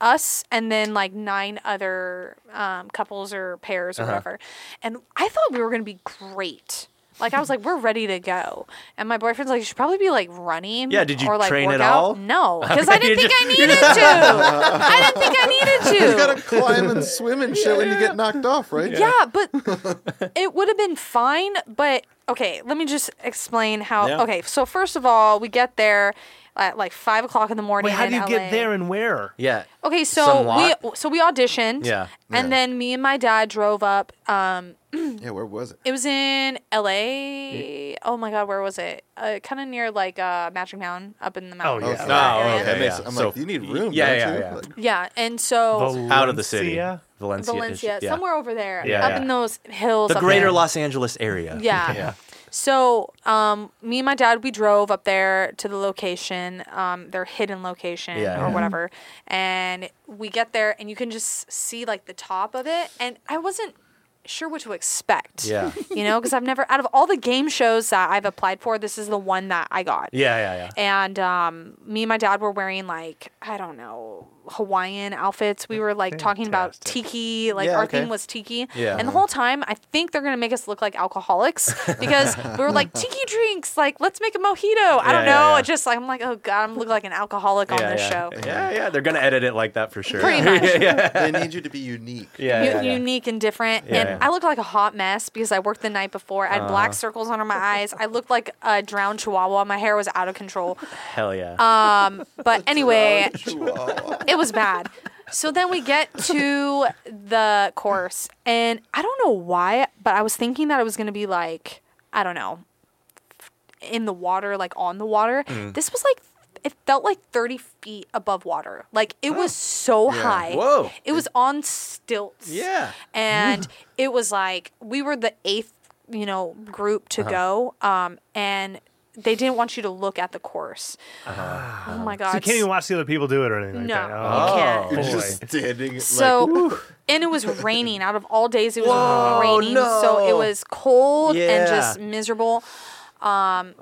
us and then like nine other um, couples or pairs
Uh-huh.
or whatever, and I thought we were gonna be great. Like I was like, we're ready to go, and my boyfriend's like, you should probably be like running.
Yeah, did you
or, like,
train at
workout."
all?
No, because I didn't
You
think I
just- you
needed to. I didn't think I needed to.
you gotta climb and swim and shit when you get knocked off, right?
Yeah, but it would have been fine. But okay, let me just explain how.
Yeah.
Okay, so first of all, we get there at like five o'clock in the morning.
Wait, how
in
do you
LA.
get there and where?
Yeah.
Okay,
Some
so
lot?
we so we auditioned.
Yeah.
And
Yeah.
then me and my dad drove up. Um,
Yeah, where was it?
it was in L.A. Oh my God, where was it? Uh, kind of near like uh, Magic Mountain, up in the mountain.
yeah.
Oh, okay,
That makes-
yeah.
I'm
So-
like, you need room.
Yeah,
don't
yeah,
you?
yeah.
Like,
Yeah, and so
Out of the city.
Valencia.
Valencia.
Valencia,
yeah.
somewhere over there,
Yeah,
up
yeah.
in those hills.
The
up
greater
there.
Los Angeles area.
Yeah. So, um, me and my dad, we drove up there to the location, um, their hidden location
Yeah,
or
yeah.
whatever. And we get there, and you can just see like the top of it. And I wasn't sure what to expect.
Yeah.
You know, because I've never, out of all the game shows that I've applied for, this is the one that I got.
Yeah, yeah, yeah.
And um, me and my dad were wearing like I don't know Hawaiian outfits. We were like talking about
Fantastic.
tiki. Like
Yeah,
our
okay.
theme was tiki.
Yeah.
And the whole time, I think they're gonna make us look like alcoholics because we were like tiki drinks. Like let's make a mojito. I
Yeah,
don't know.
yeah, yeah.
It just like I'm like oh god, I'm looking like an alcoholic on
yeah,
this
yeah.
show.
Yeah, yeah. They're gonna edit it like that for sure.
Pretty much.
they need you to be unique.
Yeah,
U-
yeah, yeah.
unique and different.
Yeah,
and
yeah. Uh-huh.
I looked like a hot mess because I worked the night before. I had black circles under my eyes. I looked like a drowned chihuahua. My hair was out of control.
Hell yeah.
Um, but anyway,
Chihuahua.
Oh,
it was bad. So then we get to the course, and I don't know why, but I was thinking that it was going to be like, I don't know, in the water, like on the water.
Mm.
This was like, it felt like 30 feet above water. Like it was so high.
Whoa.
It was on stilts.
yeah.
And it was like, we were the eighth, you know, group to
Uh-huh.
go. Um, and they didn't want you to look at the course. Oh my God.
Uh-huh. So you can't even watch the other people do it or anything like
No,
that.
you
Oh.
can't.
You're
Boy.
just standing.
So,
like,
and it was raining. Out of all days, it was
Whoa,
raining. So it
no.
was cold
Yeah.
and just miserable. Um,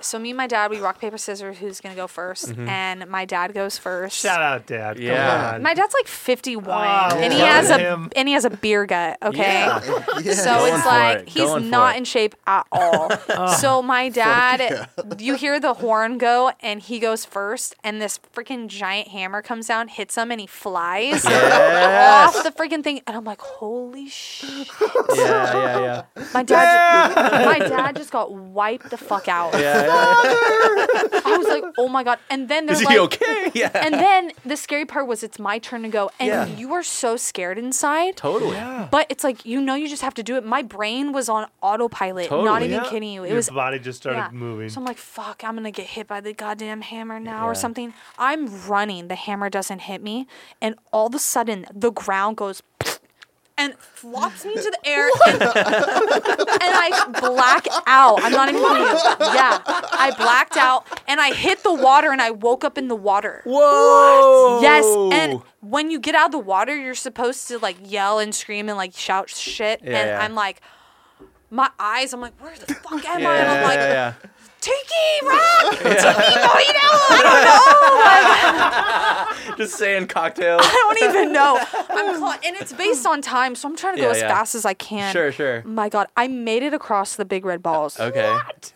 so me and my dad, we rock paper scissors. Who's gonna go 1st And my dad goes first.
Shout out, Dad. Come
Yeah.
on.
My dad's like fifty one,
Oh,
and he
look
has
at
a
him.
and he has a beer gut. Okay.
Yeah.
yeah.
So
Going
it's
for
like
it,
he's
going for
not
it.
in shape at all. so my dad, you hear the horn go, and he goes first, and this freaking giant hammer comes down, hits him, and he flies
Yes.
off the freaking thing. And I'm like, holy shit!
yeah, yeah, yeah.
My dad, ju- my dad just got wiped the fuck out.
Yeah, yeah, yeah.
I was like, oh my god. And then they're
Is
like,
he okay? Yeah.
and then the scary part was it's my turn to go, and
Yeah.
you are so scared inside.
totally.
But it's like you know you just have to do it. My brain was on autopilot. Not
Totally.
even
Yeah.
kidding you. It
Your
was
body just started
yeah.
moving.
So I'm like, fuck, I'm gonna get hit by the goddamn hammer now
Yeah.
or something. I'm running, the hammer doesn't hit me, and all of a sudden the ground goes and flops me to the air and, and I black out. I'm not even kidding you. Yeah. I blacked out and I hit the water and I woke up in the water.
Whoa.
Yes, and when you get out of the water, you're supposed to like yell and scream and like shout shit.
Yeah,
and
yeah.
I'm like, my eyes, I'm like, where the fuck am
yeah,
I? And
yeah,
I'm like,
yeah, yeah.
Tiki Rock, Tiki Mojito. I don't know. Like,
Just saying cocktails.
I don't even know. I'm cla- and it's based on time, so I'm trying to go
Yeah,
as
yeah.
fast as I can.
Sure, sure.
My God, I made it across the big red balls.
Okay.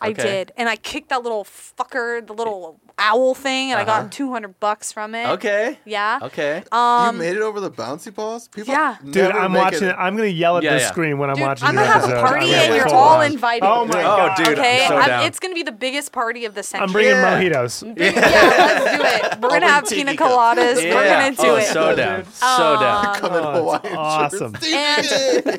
I
okay.
did, and I kicked that little fucker, the little owl thing, and I
Uh-huh.
got 200 bucks from it.
Okay.
Yeah.
Okay.
Um,
you made it over the bouncy balls? People
yeah.
Dude,
never
I'm
make
watching.
it.
It. I'm gonna yell at
Yeah,
the
yeah.
screen when I'm
Dude,
watching.
I'm
the
gonna have a
episode.
party
I'm gonna
and
be
you're
full
all
on.
invited.
Oh my
Oh,
god,
dude, I'm
Okay,
so
I'm-
down.
it's gonna be the biggest party of the century.
I'm bringing
Yeah.
mojitos.
Bring- yeah, let's do it. We're
I'll
gonna
bring
have
tiki
pina
cups.
coladas.
yeah.
We're gonna do
oh,
it. Um,
so down. So down.
Come in
Oh, it's
Hawaiian shirts.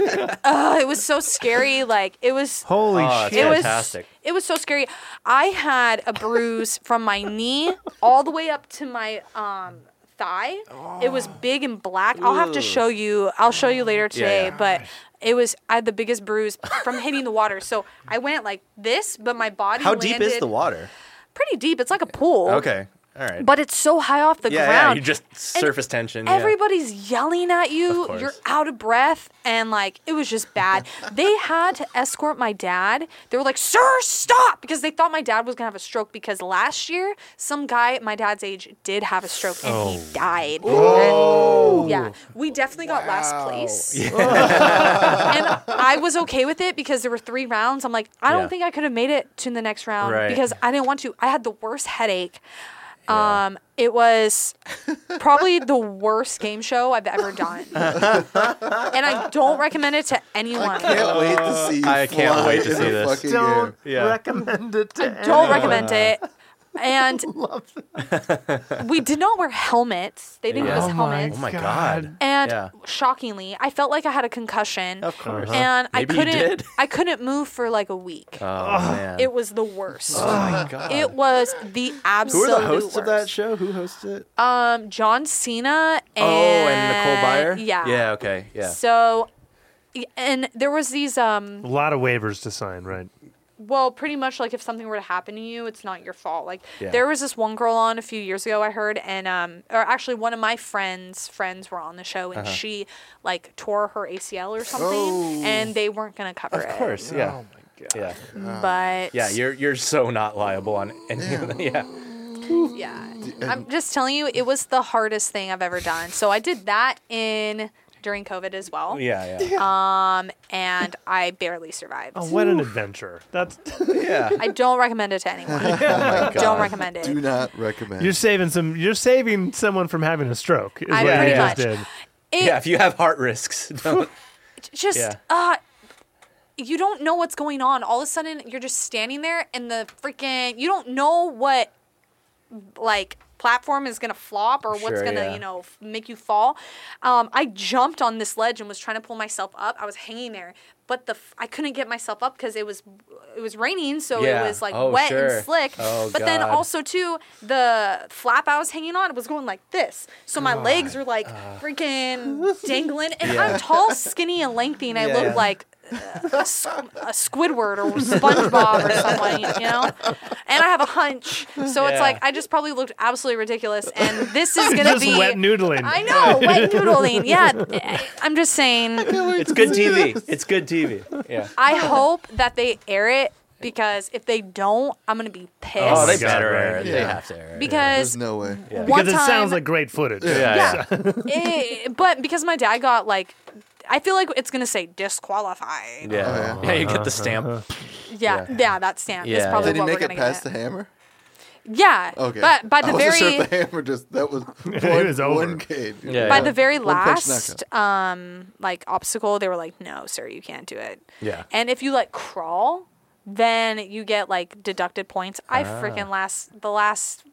awesome.
And- Oh, it was so scary. Like it was.
Holy
Oh, it's
shit!
it was
fantastic.
it was so scary. I had a bruise from my knee all the way up to my um thigh. It was big and black. I'll have to
Oh. Ooh.
show you. I'll show you later today,
yeah.
but it was I had the biggest bruise from hitting the water. So I went like this, but my body
How
landed
deep is the water?
Pretty deep. It's like a pool.
Okay. All right.
But it's so high off the
yeah, yeah.
ground.
You just surface tension. yeah.
Everybody's yelling at you.
course.
You're out of breath. And like, it was just bad. they had to escort my dad. They were like, Sir, stop. Because they thought my dad was going to have a stroke. Because last year, some guy my dad's age did have a stroke and
Oh.
he died. And, yeah. We definitely got last place. and I was okay with it because there were three rounds. I'm like, I don't
Yeah.
think I could have made it to the next round
Right.
because I didn't want to. I had the worst headache. Um, it was probably the worst game show I've ever done, and I don't recommend it to anyone.
Can't wait to see. you
Uh, I can't
fly
wait to
in
see
the
this.
fucking air.
Don't
Yeah.
recommend it. To
Don't
anyone.
recommend it. And we did not wear helmets. They didn't
Yeah.
give us
Oh my,
helmets.
Oh my
god.
God.
And
Yeah.
shockingly, I felt like I had a concussion.
Of course.
And
Maybe
I
you
couldn't
did.
I couldn't move for like a week.
Oh, man.
It was the worst.
oh, my God.
It was the
Who
absolute
are the hosts
worst.
of that show? Who hosted it?
Um, John Cena and
oh, and Nicole Byer?
Yeah.
Yeah, okay. Yeah.
So, y- and there was these um.
A lot of waivers to sign, right?
Well, pretty much like if something were to happen to you, it's not your fault. Like
Yeah.
there was this one girl on a few years ago I heard, and um, or actually one of my friends' friends were on the show,
Uh-huh.
and she like tore her ACL or something,
Oh.
and they weren't gonna cover it.
of course, yeah. Yeah.
Ah.
But
Yeah, you're you're so not liable on any of that. Yeah.
Yeah. I'm just telling you, it was the hardest thing I've ever done. So I did that in during COVID as well.
Yeah, yeah.
Um, and I barely survived.
Oh, what an adventure! That's
Yeah.
I don't recommend it to anyone.
Oh
don't recommend it.
Do not recommend.
you're saving some. You're saving someone from having a stroke. Is
I
what
pretty
you
much-
just did.
It
Yeah, if you have heart risks, don't.
just
Yeah.
uh you don't know what's going on. All of a sudden you're just standing there and the freaking you don't know what like platform is gonna flop or what's
Sure,
gonna
yeah.
you know f- make you fall um, i jumped on this ledge and was trying to pull myself up i was hanging there but the f- i couldn't get myself up because it was it was raining so
Yeah.
it was like
Oh,
wet
sure.
and slick
Oh,
but then
God.
also too the flap i was hanging on was going like this so my legs were like freaking dangling and
Yeah.
i'm tall skinny and lengthy and i
Yeah,
look
yeah.
like a, squ- a Squidward or SpongeBob or someone, you know? And I have a hunch. So it's
Yeah.
like, I just probably looked absolutely ridiculous. And this is going to
Just
be.
wet noodling.
I know, wet noodling. Yeah. I'm just saying,
It's good TV. It's good TV. Yeah.
I hope that they air it because if they don't, I'm going to be pissed.
Oh, they
God,
better air
right?
it. They
Yeah.
have to air it.
because
There's no way.
one
because it
time,
sounds like great footage.
yeah, yeah.
it- Eh, but because my dad got like, I feel like it's gonna say
Oh,
Yeah.
disqualified. Yeah,
yeah, Uh-huh. you get the stamp.
yeah, that stamp is
Yeah.
probably
Did he
what
make
we're
it
gonna
past the
get.
hammer?
Yeah,
Okay.
but by the
I
very
wasn't sure if the hammer just that was one,
was over.
one cage.
Yeah,
by
yeah.
the very
One punch
last um like obstacle they were like no sir you can't do it
Yeah.
and if you like crawl then you get like deducted points i
Ah.
freaking last the last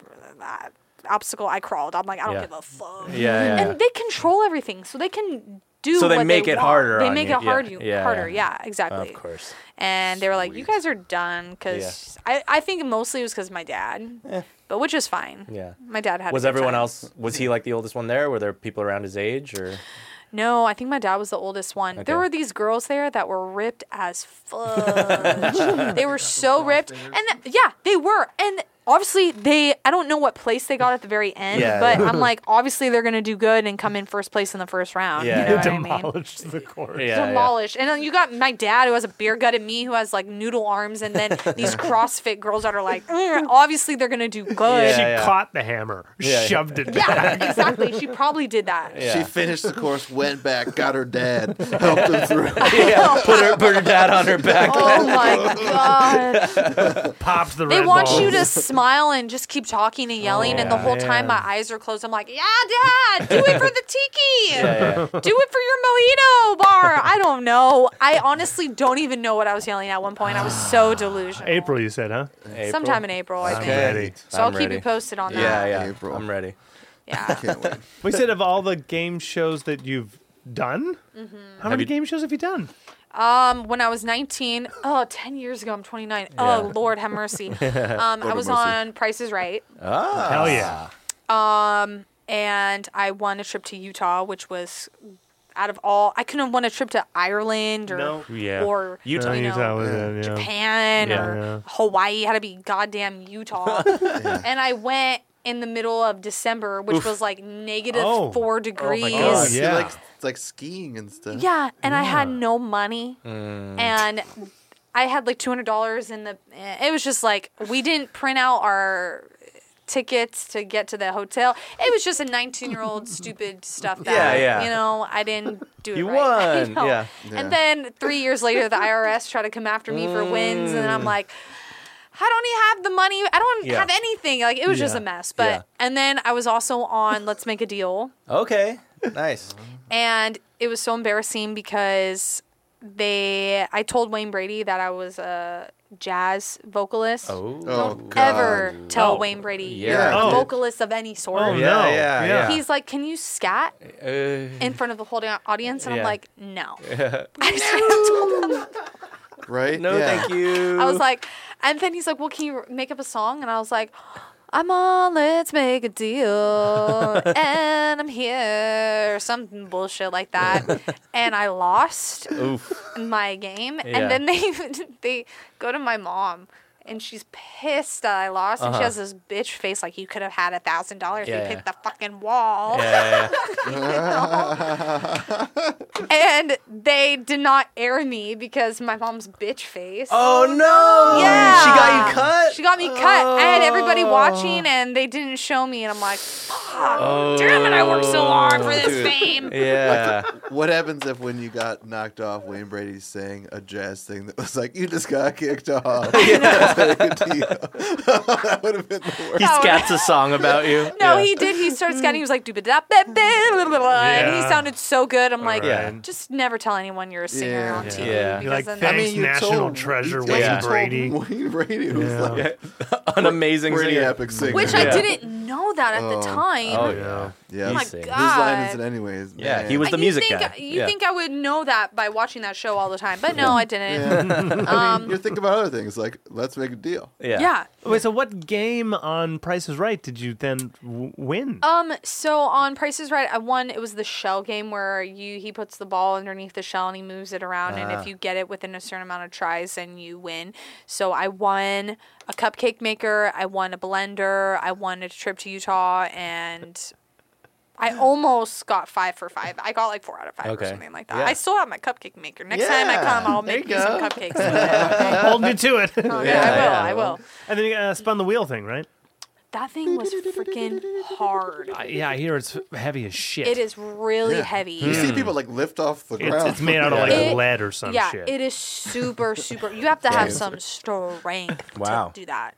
uh, obstacle i crawled i'm like i don't
Yeah.
give a fuck
Yeah, yeah.
and they control everything so they can do
So they
what
make it
want.
harder
they
on
make
you.
it
Yeah.
hard you
Yeah,
harder
yeah.
yeah, exactly
Of course.
and they were like you guys are done because I, I think mostly it was because my dad but which is fine
Eh. Yeah.
my dad had a
Was
good
everyone
time.
else? Was he like the oldest one there? Were there people around his age or?
No, I think my dad was the oldest one.
Okay.
There were these girls there that were ripped as fudge. they were so ripped, and th- yeah, they were. And obviously they I don't know what place they got at the very end,
Yeah,
but
yeah.
I'm like obviously they're gonna do good and come in first place in the first round.
Yeah,
You know what I mean?
demolished the court.
Yeah, yeah.
demolished. And then you got my dad who has a beer gut at me who has like noodle arms, and then these CrossFit girls that are like, "Mm, obviously they're gonna do good.
She
Yeah, yeah.
caught the hammer,
Yeah, yeah.
shoved it
Yeah,
back.
exactly. She probably did that.
Yeah.
She finished the course, went back, got her dad, helped her through.
yeah, put her put her dad on her back.
Oh my god!
Popped the
They
red
want
balls.
you to smile and just keep talking and yelling, and the
yeah,
whole time my
man.
eyes are closed. I'm like, "Yeah, Dad, do it for the tiki.
Yeah, yeah.
Do it for your mojito bar." I don't know. I honestly don't even know what I was yelling at one point. I was so delusional.
April, you said, huh?
April.
sometime in April, I think.
Okay.
ready.
So i will
I'm
keep
ready.
you posted on
Yeah,
that.
yeah.
April.
I'm ready.
Yeah.
Can't wait.
We said of all the game shows that you've done, how many
you-
game shows have you done?
Um, when I was 19, oh, 10 years ago, I'm 29.
Yeah.
Oh, Lord have mercy. Um, I
have
was
mercy.
on Price is Right,
Ah,
Hell yeah.
and I won a trip to Utah, which was out of all, I couldn't have won a trip to Ireland or,
No.
Yeah.
or
Utah.
you know,
Utah was in, yeah.
Japan
Yeah.
or
Yeah.
Hawaii. Had to be goddamn Utah. And I went in the middle of December, which was like negative
Oh.
four degrees.
God.
She
Yeah.
likes like skiing and stuff.
Yeah, and I had no money,
Mm.
and I had like two hundred dollars in the. It was just like we didn't print out our tickets to get to the hotel. It was just a nineteen-year-old stupid stuff that
Yeah, yeah.
you know I didn't do it
You
right. I
won,
know.
yeah.
Yeah.
And then three years later, the IRS tried to come after me for wins, and then I'm like. I don't even have the money. I don't
Mm. Yeah.
have anything. Like it was just
Yeah.
a mess. But
Yeah.
and then I was also on Let's Make a Deal
Okay. Nice.
and it was so embarrassing because they I told Wayne Brady that I was a jazz vocalist.
Oh.
Oh, God.
Ever tell
Oh,
Wayne Brady
yeah.
you're a
Oh.
vocalist of any sort.
Oh,
Yeah,
no.
yeah, yeah.
He's like, "Can you scat
Uh,
in front of the whole da- audience?" And
Yeah.
I'm like, "No." I, just told him.
Right?
no,
Yeah.
thank you.
I was like, and then he's like, "Well, can you make up a song?" And I was like, "I'm on Let's Make a Deal," and I'm here, or some bullshit like that. and I lost.
Oof.
my game,
Yeah.
and then they they go to my mom, and she's pissed that I lost, and
Uh-huh.
she has this bitch face like you could have had a thousand dollars.
Yeah,
You
yeah.
picked the fucking wall,
Yeah, yeah,
and they did not air me because my mom's bitch face.
Oh no!
Yeah.
She got you cut.
She got me cut. I had everybody watching, and they didn't show me. And I'm like,
Oh,
damn it! I worked so hard for this
dude.
fame.
Yeah.
What happens if when you got knocked off, Wayne Brady sang a jazz thing that was like, "You just got kicked off"? that would have been the worst.
he scats a song about you.
No,
yeah.
he did. He started scatting. He was like, "Doo ba da ba ba," and he
Yeah.
sounded so good. I'm like,
Right.
just never tell anyone you're a singer
Yeah.
on
Yeah.
TV.
Yeah.
You're
Because
like,
then
thanks,
that-
mean, you
national
told-
treasure,
you- yeah,
Wayne
you told
Brady.
Wayne Brady was
Yeah.
like
An amazing
pretty
singer.
epic singer.
which
Yeah.
I didn't know that at
Oh.
the time.
Oh
And
yeah.
Yeah.
Oh my
He's sick.
God.
Whose line is it, anyways?
Yeah,
man?
he was- the
you
music
think,
guy.
You
Yeah.
think I would know that by watching that show all the time? But no, I didn't.
Yeah.
Um,
You're thinking about other things, like let's make a deal.
Yeah.
yeah.
Wait, so what game on Price is Right did you then w- win?
Um. So on Price is Right, I won. It was the shell game where you he puts the ball underneath the shell and he moves it around, and
Ah.
if you get it within a certain amount of tries, then you win. So I won a cupcake maker, I won a blender, I won a trip to Utah, and I almost got five for five. I got like four out of five
Okay.
or something like that.
Yeah.
I still have my cupcake maker. Next time I
Yeah.
come, I'll
There
make
you
you some
go.
cupcakes. with it.
Holding you to it.
Yeah,
Oh, yeah,
yeah,
I will. I
well.
will.
and then you uh, spun the wheel thing, right?
That thing was freaking hard.
I, yeah, I hear it's heavy as shit.
It is really
Yeah. Hmm.
heavy.
You
Mm.
see people like lift off the
It's,
ground.
it's made out of like
It-
lead or some
yeah,
shit.
it is super, super. You have to have
Damn.
some strength
Wow.
to do that.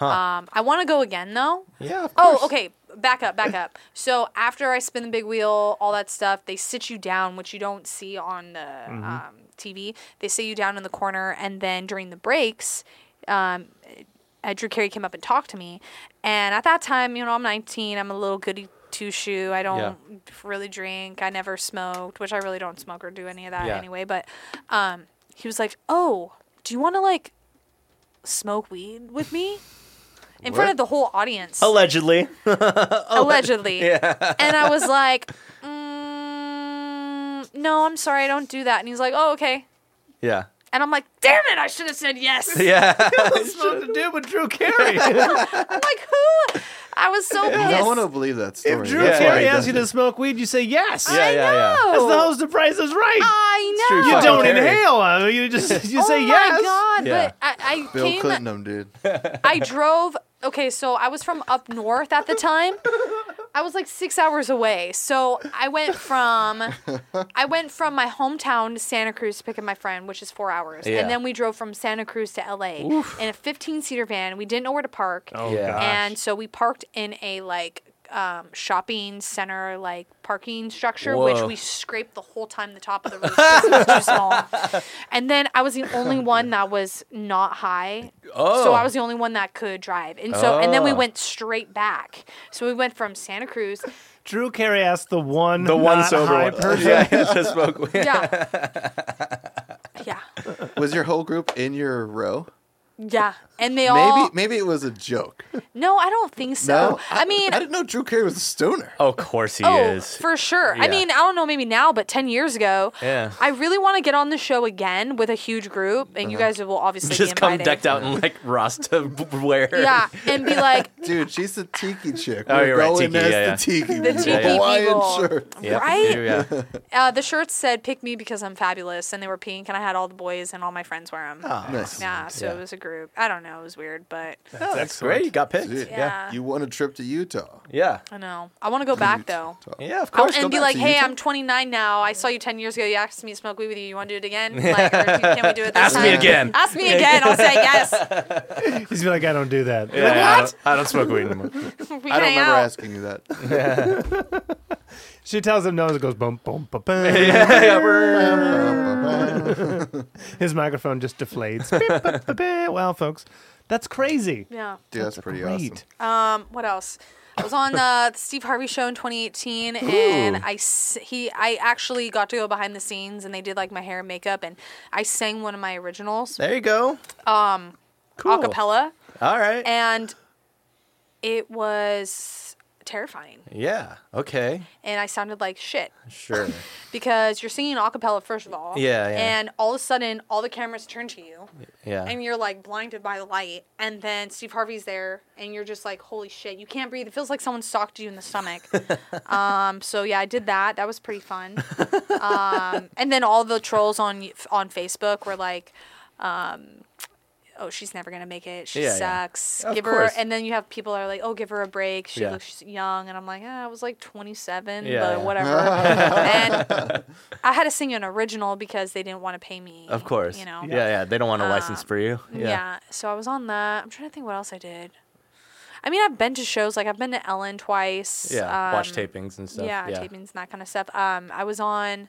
Um, I want to go again though.
yeah. Of
Oh,
course.
okay. Back up, back up. So after I spin the big wheel, all that stuff, they sit you down, which you don't see on the
Mm-hmm.
um, TV. They sit you down in the corner, and then during the breaks, um, uh, Drew Carey came up and talked to me. And at that time, you know, I'm 19. I'm a little goody two shoe. I don't really drink. I never smoked, which I really don't smoke or do any of that
Yeah.
anyway. But um, he was like, "Oh, do you want to like smoke weed with me?" In
What?
front
Oh,
of the whole audience
Allegedly.
allegedly. And I was like, mm, no, I'm sorry, I don't do that. And he's like, oh, okay.
Yeah.
And I'm like, damn it, I should have said yes.
Yeah.
What's supposed to do with Drew Carey?
I'm like, who? I was so pissed.
No one will believe that story.
if Drew
Yeah,
Carey
yeah.
asked you to smoke weed, you say yes.
Yeah,
I
yeah, yeah.
know.
That's the host of Price is Right.
I know.
true,
you
fucking
don't
Carey.
inhale. I mean, you just you
oh
say
my
yes.
god!
Yeah.
But I, I
Bill
came.
Clinton, 'em, dude.
I drove. Okay, so I was from up north at the time. I was like six hours away, so I went from I went from my hometown to Santa Cruz to pick up my friend, which is four hours,
Yeah.
and then we drove from Santa Cruz to L.A. in a 15 seater van. We didn't know where to park,
Oh
Yeah.
gosh.
and so we parked in a like um, shopping center like parking structure, which
Whoa.
we scraped the whole time the top of the roof 'cause it was too small. And then I was the only one that was not high,
Oh.
so I was the only one that could drive. And so and then we
Oh.
went straight back. So we went from Santa Cruz.
Drew Carey asked the one
the one
not
sober
high
one.
person.
Yeah, to smoke weed.
Yeah. yeah.
Was your whole group in your row?
Yeah. And they all
Maybe maybe it was a joke.
No, I don't think so.
no,
I, mean
I didn't know Drew Carey was a stoner.
Of course he
Oh,
is.
for sure. I
Yeah.
mean, I don't know, maybe now, but 10 years ago,
Yeah.
I really want to get on the show again with a huge group, and you guys will obviously
Uh-huh. Just
be
come
invited.
decked out in like Rasta wear.
Yeah, and be like,
Dude, she's the tiki chick.
Oh,
We're
you're right,
going
tiki,
as
yeah, yeah.
the tiki.
The
people.
tiki
Hawaiian
people.
shirt.
Yep.
Right?
Yeah.
uh, the shirts said, pick me because I'm fabulous, and they were pink, and I had all the boys and all my friends wear them.
Nice.
Oh, Yeah, so
Oh, Yeah.
it was a group. I don't know, it was weird, but
That's
excellent.
great. You got picked.
Dude,
Yeah.
You won a trip to Utah.
Yeah.
I know. I want to go back, though.
Yeah, of
I'll-
course. go
and be
back
like,
to
hey,
Utah.
I'm 29 now. I saw you 10 years ago. You asked me to smoke weed with you. You want to do it again? Like, or can we do it this
Ask me
time?
again.
Ask me again. I'll say yes.
He's like, I don't do that.
Yeah, yeah, I don't- I don't smoke weed anymore.
We
I don't
hang
remember
out.
asking you that.
She tells him no, and it goes boom, boom, boom, boom. His microphone just deflates. Beep, boop, boop, boop. wow, folks, that's crazy.
Yeah.
Dude, that's pretty awesome.
Great.
Um, what else? I was on uh, the Steve Harvey show in 2018, and I s- he I actually got to go behind the scenes, and they did like my hair and makeup, and I sang one of my originals
There you go.
a cappella,
All right.
and it was terrifying,
yeah. Okay.
and I sounded like shit
Sure.
because you're singing a cappella first of all,
Yeah, yeah.
and all of a sudden all the cameras turn to you,
Yeah.
and you're like blinded by the light and then steve harvey's there and you're just like holy shit you can't breathe it feels like someone socked you in the stomach um, so yeah i did that that was pretty fun um, and then all the trolls on on facebook were like um, oh she's never gonna make it she
Yeah, yeah.
sucks
Of
give
course.
her and then you have people that are like oh give her a break she
Yeah.
looks young and i'm like ah, i was like 27
Yeah,
but
yeah.
whatever and i had to sing an original because they didn't want to pay me
of course.
you know Uh,
Yeah, yeah. They don't want a license for you.
yeah. So I was on that. I'm trying to think what else I did. I mean, I've been to shows like I've been to Ellen twice.
Yeah. Watch
um,
tapings and stuff.
Yeah, tapings and that kind of stuff. Um, I was on.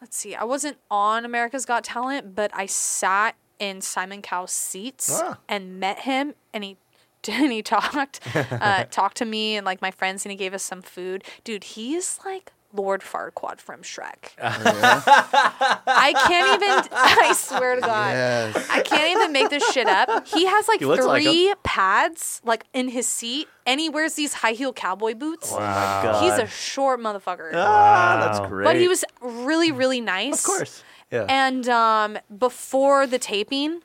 Let's see. I wasn't on America's Got Talent, but I sat in Simon Cowell's seats
Ah.
and met him, and he. And he talked, uh, talked to me and like my friends, and he gave us some food. Dude, he's like Lord Farquaad from Shrek.
Oh,
I can't even. I swear to God.
Yes.
I can't even make this shit up. He has like
He looks like
three pads like in his seat, and he wears these high heel cowboy boots.
Oh God.
He's a short motherfucker,
Ah,
Wow.
that's great.
but he was really, really nice.
Of course. Yeah.
And um, before the taping,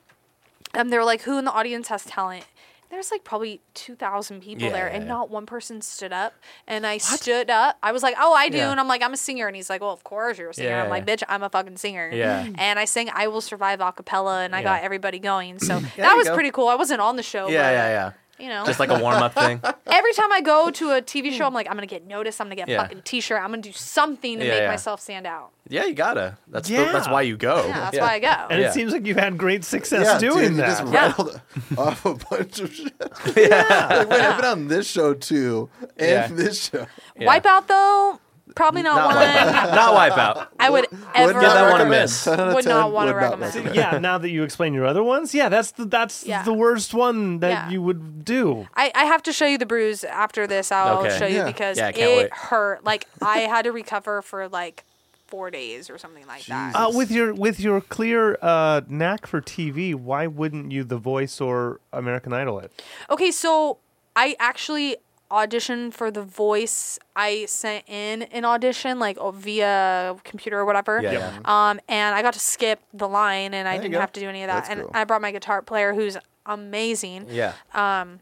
um, they were like, "Who in the audience has talent?" There's like probably two thousand people
Yeah,
there,
yeah,
and
yeah.
not one person stood up. And I stood up. I was like, "Oh, I do,"
Yeah.
and I'm like, "I'm a singer," and he's like, "Well, of course you're a singer."
Yeah,
I'm like,
yeah.
"Bitch, I'm a fucking singer."
Yeah.
And I sang "I Will Survive" a cappella, and I
Yeah.
got everybody going. So that
you
was
go.
pretty cool. I wasn't on the show.
yeah,
but,
yeah, yeah.
You know,
Just like a warm up thing.
every time I go to a TV show, I'm like, I'm gonna get noticed. I'm gonna get a
Yeah.
fucking t-shirt. I'm gonna do something to
Yeah,
make
yeah.
myself stand out.
Yeah, you gotta. That's the-
Yeah.
that's why you go.
Yeah, that's why I go.
And
Yeah.
it seems like you've had great success
Yeah,
doing
dude,
that.
You just
Yeah.
rattled off a bunch of shit. Like, wait, I've been on this show too, and
Yeah.
this show.
Yeah.
Wipeout though, probably not,
Not
one
wipeout. Not wipeout.
I would ever
Give that one a
recommend.
miss.
Would not want to recommend.
recommend.
yeah, now that you explain your other ones, yeah, that's the, that's
Yeah.
the worst one that
Yeah.
you would do.
I, I have to show you the bruise after this. I'll
Okay.
show you
Yeah.
because
Yeah, I
it
can't wait.
hurt. Like I had to recover for like four days or something like that.
Jeez.
Uh, with your with your clear uh, knack for TV, why wouldn't you The Voice or American Idol it?
Okay, so Uh, I actually audition for The Voice. I sent in an audition like oh, via computer or whatever.
Yeah,
Yeah.
Um, and I got to skip the line, and
There
I
you
didn't
go.
have to do any of that.
That's
and
cool.
I brought my guitar player, who's amazing.
yeah.
Um,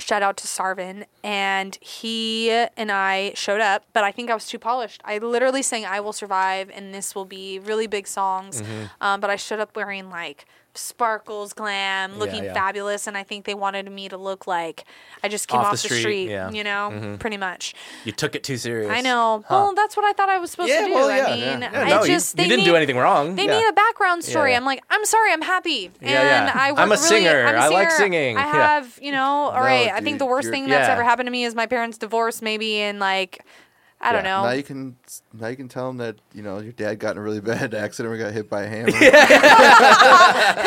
Shout out to Sarvin, and he and I showed up, but I think I was too polished. I literally sang "I Will Survive" and this will be really big songs,
Mm-hmm.
um, but I showed up wearing like sparkles, glam, looking
yeah.
fabulous, and I think they wanted me to look like I just came
Off
off,
the
the
street,
street,
yeah.
you know, pretty much.
you took it too serious.
I know.
Huh.
Well, that's what I thought I was supposed
Yeah,
to do.
well, yeah,
I mean,
yeah.
Yeah,
I
no, you-
just
you,
they
didn't
need,
do anything wrong.
They
yeah.
need a background story.
yeah.
I'm like, I'm sorry, I'm happy, and
Yeah, yeah.
I
I'm a
work really,
singer.
I'm a
I like
singer.
singing.
I
Yeah.
have, you know, all
No,
right. I think
dude,
the worst
you're-
thing that's
Yeah.
ever happened to me is my parents' divorce, maybe in like, I don't
Yeah.
know.
Now you can now you can tell them that you know your dad got in a really bad accident or got hit by a hammer.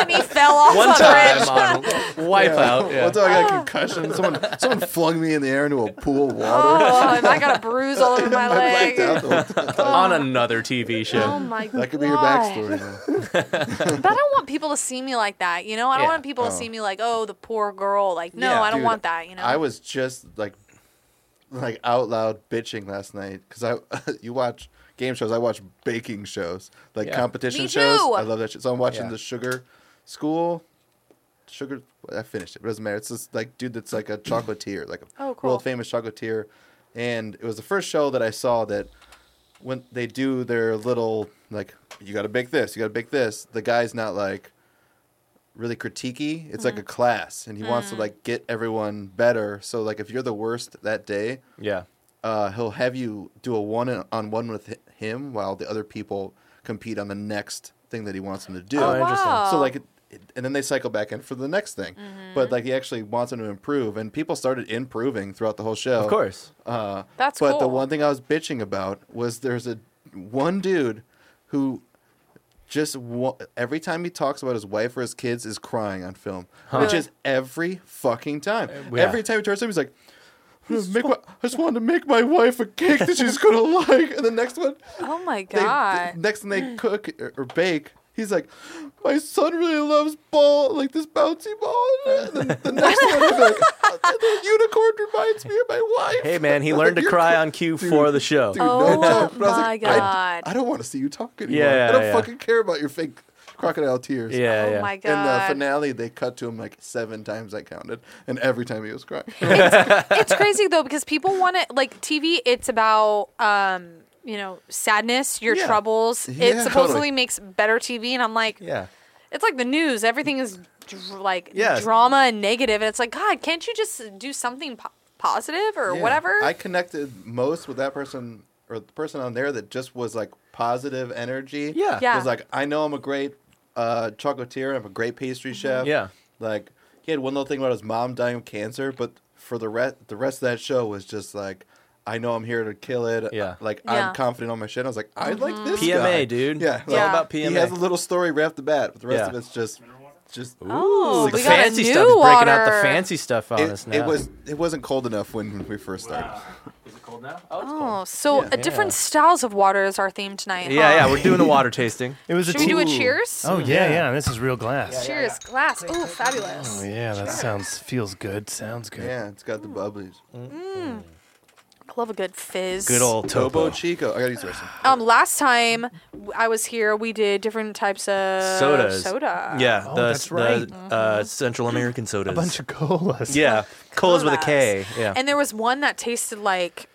and he fell off
One
a
time
bridge.
on Wipeout. Yeah.
Once I got a concussion, someone someone flung me in the air into a pool of water.
Oh, and I got a bruise all over my
I blacked out
leg.
the whole time.
On another TV show.
Oh my god.
That could be your backstory. Now.
But I don't want people to see me like that, you know? I don't
Yeah.
want people to
Oh.
see me like, oh, the poor girl. Like, no,
Yeah,
I don't
Dude,
want that, you know?
I was just like, like out loud bitching last night because I you watch game shows. I watch baking shows, like
Yeah.
competition
Me
shows.
too.
I love that shit. So I'm watching
Yeah.
the Sugar School. Sugar, I finished it. It doesn't matter. It's this like dude that's like a chocolatier, like a
Oh, cool.
world famous chocolatier, and it was the first show that I saw that when they do their little like you got to bake this, you got to bake this. The guy's not like really critiquey. It's
Mm-hmm.
like a class, and he wants
Mm.
to like get everyone better. So like if you're the worst that day,
Yeah.
uh, he'll have you do a one on one with hi- him while the other people compete on the next thing that he wants them to do.
Oh, interesting.
Wow.
So like, it- and then they cycle back in for the next thing. But like he actually wants them to improve, and people started improving throughout the whole show.
Of course.
Uh,
That's
but the
cool.
one thing I was bitching about was there's a one dude who just wa- every time he talks about his wife or his kids is crying on film, which
Really?
is every fucking time.
Uh, yeah.
Every time he turns to him, he's like. "I just Make my, I just wanted to make my wife a cake that she's gonna like, and the next one,
oh my
they,
god.
next thing they cook or, or bake, he's like, "My son really loves ball, like this bouncy ball." And then the next one, he's like, "The unicorn reminds me of my wife."
Hey man, he learned to cry on cue for the show.
Dude, no
Oh
joke. But I was
my
like, I-
God.
I, don't want to see you talk anymore.
Yeah,
I don't
yeah.
fucking care about your fake crocodile tears.
Yeah,
oh
yeah.
my
In the
god.
finale, they cut to him like seven times. I counted, and every time he was crying.
it's crazy though because people want to like TV. It's about um, you know sadness, your
Yeah.
troubles.
Yeah,
it
totally.
supposedly makes better TV, and I'm like,
Yeah.
it's like the news. Everything is dr- like
Yeah.
drama and negative, and it's like God, can't you just do something po- positive or
Yeah.
whatever?
I connected most with that person or the person on there that just was like positive energy.
Yeah.
Yeah.
Was like, I know I'm a great uh, chocolatier. I'm a great pastry chef.
Yeah.
Like he had one little thing about his mom dying of cancer, but for the rest, the rest of that show was just like, I know I'm here to kill it. Uh,
Yeah.
Like
Yeah. Mm-hmm.
I'm confident on my shit. I was like, I like this
PMA,
guy.
dude.
Yeah.
It's
like,
Yeah.
all about
He
PMA.
has a little story right off the bat, but the rest
Yeah.
of it's just, just.
oh,
Like
the
we got
fancy
a new
stuff is breaking out
water.
the fancy stuff on us
It,
now.
it was it wasn't cold enough when we first started.
Is it cold now? Oh, it's
Oh, so
Yeah.
uh different styles of water is our theme tonight. huh?
Yeah, yeah. We're doing a water tasting.
It was
Should
a
we
tea-
do a
Ooh.
cheers?
Oh yeah, yeah. This is real glass.
Cheers, glass. Ooh, fabulous.
Oh yeah, that sounds feels good. Sounds good.
Yeah, it's got the bubblies.
I love a good fizz.
Good old
Tobo
Topo.
Chico. I gotta use the restroom.
Um, last time w- I was here, we did different types of
Sodas.
Uh, Soda. Mm-hmm.
Yeah,
Oh,
the,
that's
the,
right.
uh, Central American sodas.
A bunch of colas.
yeah, colas with a
Colas.
K. Yeah,
And there was one that tasted like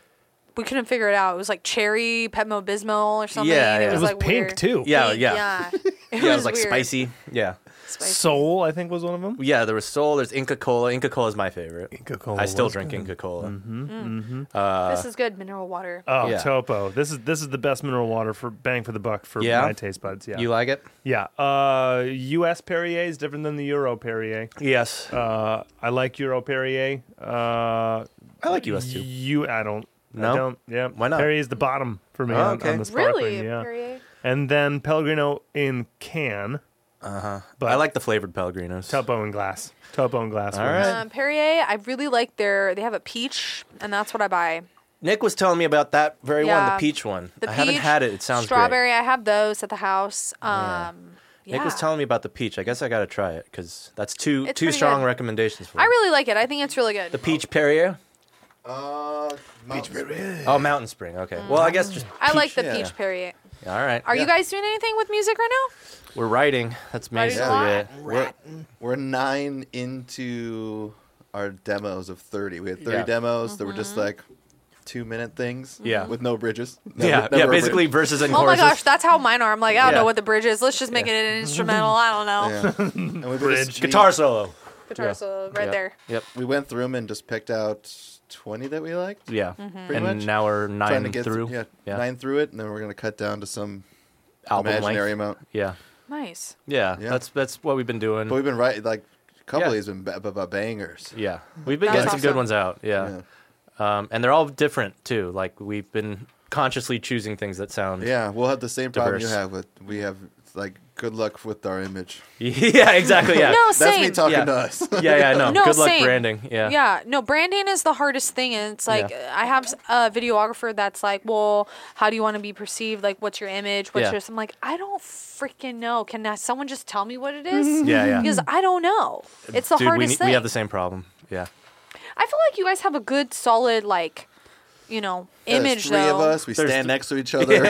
we couldn't figure it out. It was like cherry Pepto Bismol or something.
Yeah, yeah.
It
It
was,
was
like
pink
weird.
too.
yeah,
Pink,
yeah,
yeah. It
Yeah, it was like
weird.
spicy. Yeah,
Spicy.
Soul, I think was one of them.
yeah. There was Sol. There's Inca Cola. Inca Cola is my favorite.
Coca-Cola
I still
was
drink
good.
Inca Cola.
this
uh,
is good mineral water.
Oh,
Yeah.
Topo. This is this is the best mineral water for bang for the buck for
Yeah?
my taste buds. Yeah,
You like it?
yeah. Uh, U.S. Perrier is different than the Euro Perrier.
Yes.
Uh, I like Euro Perrier. Uh,
I like US too.
You, I don't.
No?
I don't. Yeah.
Why not?
Perrier is the bottom for me
Oh,
on-
okay.
on the sparkling.
really?
Yeah.
Perrier?
And then Pellegrino in can,
I like the flavored Pellegrinos.
Topo in glass. Topo in glass.
All
wins.
right.
Um, Perrier, I really like their. They have a peach, and that's what I buy.
Nick was telling me about that very one,
Yeah.
the peach one.
The
I
peach,
haven't had it. It sounds
strawberry. I have those at the house. Um,
great. Nick was
yeah.
telling me about the peach. I guess I got to try it because that's two
It's
two
pretty
strong
good.
recommendations for me.
I really like it. I think it's really good.
the peach Perrier.
Uh, Beach Period.
Oh, Mountain Spring. Okay. Well, I guess just.
Mm. I like the
yeah.
peach period.
Yeah, all right.
Are
Yeah.
you guys doing anything with music right now?
We're writing. That's
Writing
basically
a
it.
We're, we're nine into our demos of 30. We had 30
Yeah.
demos that were just like two minute things.
Yeah.
With no bridges. No-
Yeah,
never a
yeah.
bridge.
Basically, verses and
Oh my
choruses.
gosh, that's how mine are. I'm like, I don't
Yeah.
know what the bridge is. Let's just make it an instrumental. I don't know.
Yeah. And we
Bridge.
just- we-
Guitar solo.
Guitar
Yeah.
solo right
Yep.
there.
Yep.
We went through them and just picked out 20 that we liked.
Yeah.
Mm-hmm.
Pretty
And
much.
now we're
Trying to
nine
get
through.
yeah, nine through it, and then we're gonna cut down to some
Album
imaginary
length. Mm-hmm.
amount.
Yeah.
Nice.
yeah.
Yeah.
That's that's what we've been doing.
But we've been writing like a couple of
Yeah.
these have been ba- ba- ba- bangers.
yeah. We've been
That's
getting some good
awesome.
ones out. Yeah. Um, and they're all different too. Like we've been consciously choosing things that sound.
Yeah, we'll have the same problem you
Diverse.
have with we have like good luck with our image.
yeah. Exactly. Yeah.
No,
That's me
same.
talking
Yeah.
to us.
Yeah. Yeah. No.
No,
good luck
same.
branding. Yeah.
Yeah, no, branding is the hardest thing. And it's like, I have s- a videographer that's like, well, how do you want to be perceived? Like, what's your image? What's
Yeah.
your. I'm like, I don't freaking know. Can I, someone just tell me what it is?
Yeah. Yeah.
Because I don't know. It's the
Dude, we,
hardest
ne-
thing.
we have the same problem. Yeah.
I feel like you guys have a good, solid, like, you know,
There's
image
three
though.
of us. We
There's
stand
th-
next to each other.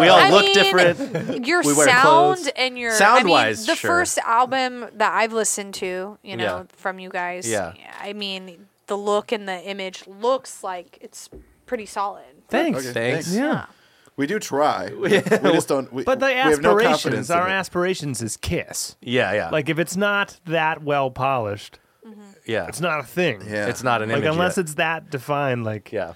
We all
I
look
mean,
different.
your
We wear
sound
clothes.
and your I mean,
Sound-wise,
the
sure.
first album that I've listened to, you know,
Yeah.
from you guys.
Yeah.
I mean, the look and the image looks like it's pretty solid.
Thanks.
Okay,
Thanks.
thanks.
Yeah.
we do try. We just don't. We,
But the
we have no
aspirations,
confidence in
our
it.
aspirations is Kiss.
Yeah. Yeah.
Like if it's not that well polished,
yeah.
it's not a thing.
Yeah.
It's not an
Like
image.
unless
yet.
it's that defined, like
Yeah.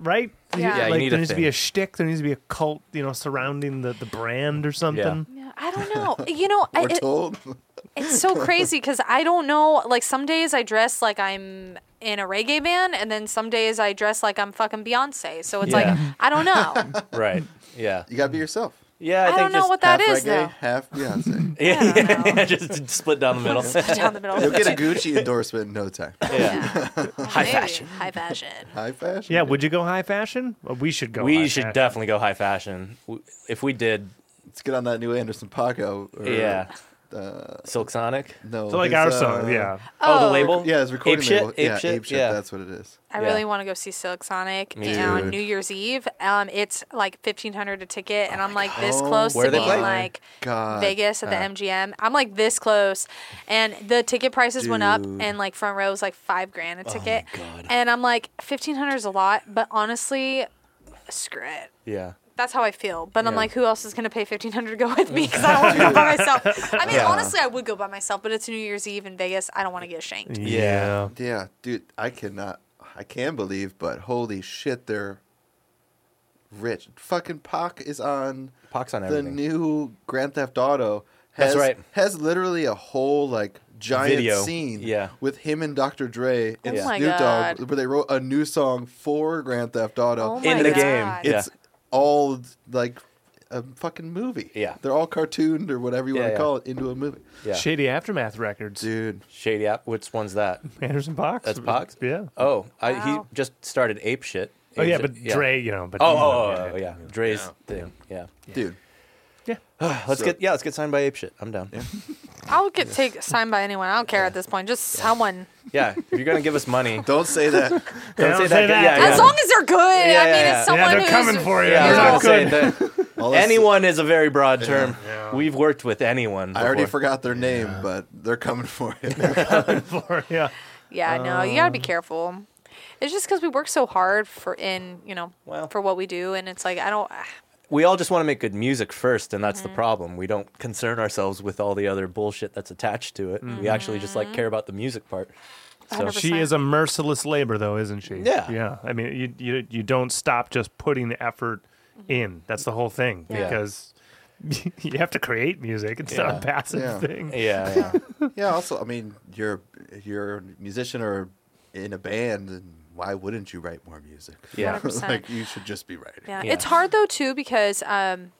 right?
Yeah. Yeah, you
like
need
there
a
needs to
thing.
be a shtick. There needs to be a cult, you know, surrounding the, the brand or something.
Yeah, I don't know. You know, I,
We're
it,
told.
it's so crazy because I don't know. Like some days I dress like I'm in a reggae band, and then some days I dress like I'm fucking Beyonce. So it's like
Yeah.
I don't know.
Right. Yeah.
You gotta be yourself.
Yeah. I,
I,
think
don't know
just,
what that
half
is
reggae,
though.
half Beyonce.
Yeah,
I don't know.
just split down the middle.
Down the middle.
You'll get a Gucci endorsement in no time.
Yeah.
High
Maybe.
fashion.
High fashion.
High fashion.
Yeah, would you go high fashion? Well, we should go. high
We should
fashion.
definitely go high fashion. W- If we did,
Let's get on that new Anderson Paco. Or,
yeah,
Uh,
Silk Sonic.
no.
So like
his,
our
uh,
song, yeah.
Oh,
Oh.
the label.
Yeah, his recording
Ape shit.
label.
Ape
yeah,
shit.
Ape shit.
yeah.
That's what it is.
I
Yeah.
really want to go see Silk Sonic
Me
too.
on New Year's Eve. Um, it's like fifteen hundred a ticket, and I'm like this close
Oh Where
to
they
being
play?
like
God.
Vegas at the MGM. I'm like this close, and the ticket prices went up, and like front row was like five grand a ticket,
Oh God.
and I'm like fifteen hundred is a lot, but honestly, screw it.
yeah.
That's how I feel. But I'm
Yeah.
like, who else is gonna pay fifteen hundred to go with me? Because I don't want to go by myself. I mean,
Yeah.
honestly, I would go by myself, but it's New Year's Eve in Vegas. I don't want to get shanked.
Yeah.
Yeah, dude, I cannot. I can believe, but holy shit, they're rich. Fucking Pac is on
Pox on
the
everything.
new Grand Theft Auto. Has,
That's right.
Has literally a whole like giant
Video,
scene
yeah.
with him and Dr. Dre and
Oh my
Snoop
God.
Dogg, where they wrote a new song for Grand Theft Auto.
Oh my
In the
God.
game. Yeah.
it's all like a fucking movie.
Yeah.
they're all cartooned or whatever you
Yeah,
want to
yeah.
call it into a movie.
yeah.
Shady Aftermath Records.
Dude,
Shady app. Which one's that?
Anderson Pox.
That's Pox.
Yeah.
Oh, I,
Wow.
he just started ape shit.
Oh
Ape
yeah,
Shit,
but Dre, you know, but
Oh, oh, oh, oh, yeah. Dre's thing. Yeah.
dude,
Let's
So-
get yeah. Let's get signed by ape shit. I'm down. Yeah.
I'll get take signed by anyone. I don't care at this point. Just someone,
if you're gonna give us money,
don't say that.
Don't
say that.
say that.
Yeah, yeah.
as long as they're good.
Yeah,
I mean,
yeah, yeah.
it's someone
Yeah, they're
who's
coming for you.
yeah. I was
Yeah.
gonna say
Good.
that.
All this-
Anyone is a very broad term.
Yeah.
We've worked with anyone.
I already
before.
forgot their name, but they're coming for you.
For- yeah.
Yeah, no, you
Um,
gotta be careful. It's just because we work so hard for in you know
Well.
for what we do, and it's like I don't. ah,
we all just want to make good music first, and
Mm-hmm.
that's the problem. We don't concern ourselves with all the other bullshit that's attached to it. We actually just
Mm-hmm.
like care about the music part. So
100%.
She is a merciless labor, though, isn't she?
Yeah.
Yeah. I mean, you you, you don't stop just putting the effort
Mm-hmm.
in. That's the whole thing
Yeah.
because you have to create music. It's not
Yeah.
a passive
Yeah.
thing.
yeah,
Yeah. Also, I mean, you're you're a musician or in a band, and why wouldn't you write more music?
yeah, yeah.
100%.
like you should just be writing.
Yeah.
Yeah.
it's hard though too because um,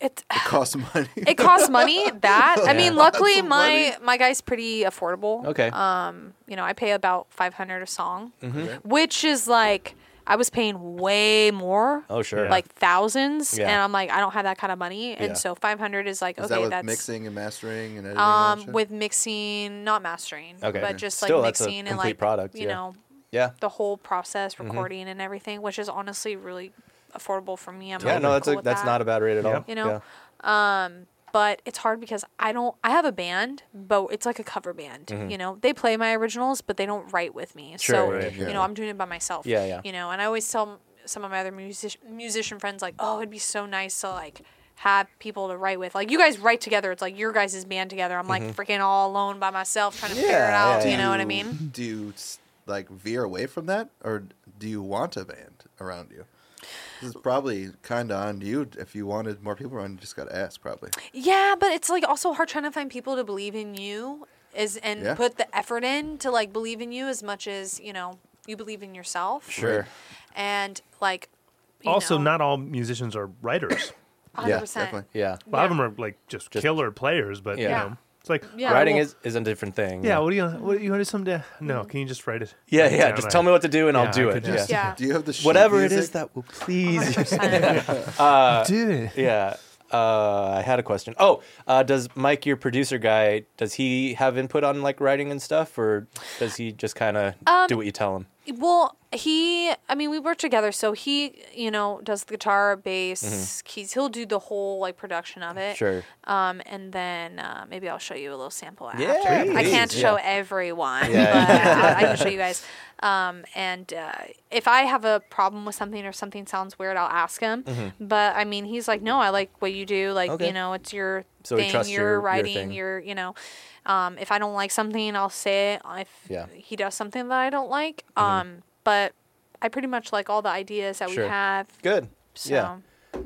it
It costs money.
it costs money. That I mean,
Yeah.
luckily
of
my my guy's pretty affordable.
Okay. Mm-hmm.
Um, you know, I pay about five hundred a song, which is like I was paying way more.
Oh sure.
Yeah.
Like thousands,
Yeah.
and I'm like, I don't have that kind of money, and
Yeah.
so 500 is like,
Is
okay,
that with
that's
mixing and mastering and editing? and all that
Um,
shit?
with mixing, not mastering,
Okay.
but just like
Still, that's a
mixing and
complete
like
product,
you
yeah. Mm-hmm.
know,
Yeah.
the whole process, recording and everything, which is honestly really affordable for me. I'm
Yeah,
really
no, that's
cool
a,
with
that's
that.
not a bad rate at
Yeah.
all.
you know um but it's hard because i don't i have a band but it's like a cover band you know they play my originals but they don't write with me so
Mm-hmm. Sure, right,
you
yeah.
know i'm doing it by myself
Yeah, yeah.
you know and i always tell m- some of my other music- musician friends like oh it'd be so nice to like have people to write with like you guys write together it's like your guys' band together i'm like freaking all alone by myself trying to figure it
Mm-hmm. Yeah,
out
yeah,
you know what i
you-
mean
Do you s- like veer away from that, or do you want a band around you? This is probably kind of on you. If you wanted more people around, you just got to ask. Probably.
Yeah, but it's like also hard trying to find people to believe in you is and
Yeah.
put the effort in to like believe in you as much as, you know, you believe in yourself.
Sure.
And like you
also,
know,
not all musicians are writers.
not
Yeah, definitely.
Yeah.
A lot of
Yeah.
them are like just, killer players, but
Yeah.
you know, it's like
Yeah.
Writing
well-
is, is a different thing.
Yeah, what do you what do you want to someday?
Mm-hmm.
No, can you just write it?
Yeah,
Write it
yeah.
down, Uh,
Just
I-
tell me what to do and
Yeah,
I'll do
I
it.
could
Yeah.
just-
Yeah.
Do you have the sheet
Whatever it
music?
is that will please.
100%.
Did it?
yeah. Uh, I had a question. Oh, uh, does Mike, your producer guy, does he have input on like writing and stuff, or does he just kind of
Um,
do what you tell him?
well, he I mean, we work together, so he, you know, does the guitar, bass,
Mm-hmm.
keys. He'll do the whole like production of it.
Sure.
Um, and then uh, maybe I'll show you a little sample after.
Yeah,
I can't
please,
show
yeah.
everyone,
Yeah.
but I, I can show you guys. Um, and uh, if I have a problem with something or something sounds weird, I'll ask him. But I mean, he's like, no, I like what you do. Like,
Mm-hmm. Okay.
you know, it's your
So he
thing.
trusts
you're
your- your
writing.
thing.
you're, you know. Um, if I don't like something, I'll say it. If
Yeah. Mm-hmm.
he does something that I don't like, um, but I pretty much like all the ideas that
Sure.
we have.
Good.
So
Yeah.
Heck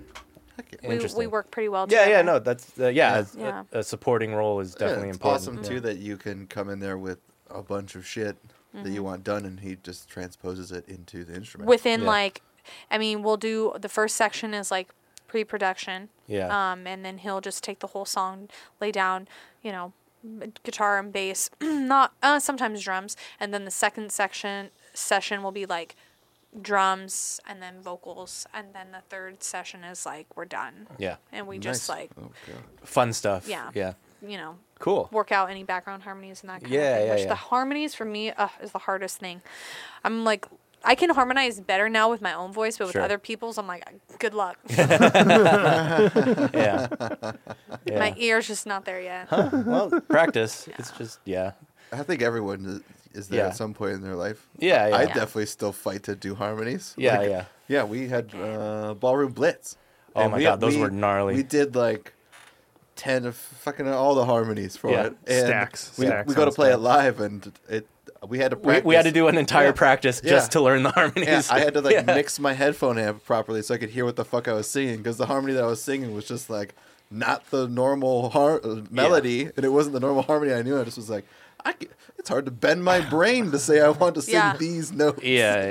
yeah.
we, we
Interesting.
work pretty well
Yeah,
together.
yeah. No, that's uh, yeah. a-
Yeah. Mm-hmm.
A, a supporting role is
Yeah,
definitely
it's
important.
awesome
Yeah.
too that you can come in there with a bunch of shit that you want done, and he just transposes it into the instrument.
within
Yeah.
like i mean we'll do the first section is like pre-production
Yeah.
um and then he'll just take the whole song lay down you know m- guitar and bass not uh, sometimes drums and then the second section session will be like drums and then vocals and then the third session is like we're done
Yeah.
and we
Nice.
just like
oh god,
Fun stuff.
Yeah.
Yeah.
you know
Cool.
work out any background harmonies and that kind
Yeah,
of thing.
yeah,
which
yeah.
the harmonies for me uh, is the hardest thing. I'm like, I can harmonize better now with my own voice, but with
Sure.
other people's, I'm like, good luck.
Yeah. yeah.
My e- ear's just not there yet.
well, practice. It's just yeah.
I think everyone is- is there
Yeah.
at some point in their life.
Yeah, yeah.
I
Yeah.
definitely still fight to do harmonies.
Yeah,
Like,
yeah.
yeah. We had uh, ballroom blitz.
Oh my God, those were gnarly.
We did like ten of fucking all the harmonies for
Yeah.
it. And
Stacks,
We,
stacks
we go to
on
play
stacks.
it live, and it we had to
We,
practice.
we had to do an entire
Yeah.
practice
Yeah.
just to learn the harmonies.
Yeah, I had to like
Yeah.
mix my headphone amp properly so I could hear what the fuck I was singing because the harmony that I was singing was just like not the normal har- uh, melody and it wasn't the normal harmony I knew. I just was like, I c- it's hard to bend my brain to say I want to sing
Yeah.
these notes.
Yeah, yeah.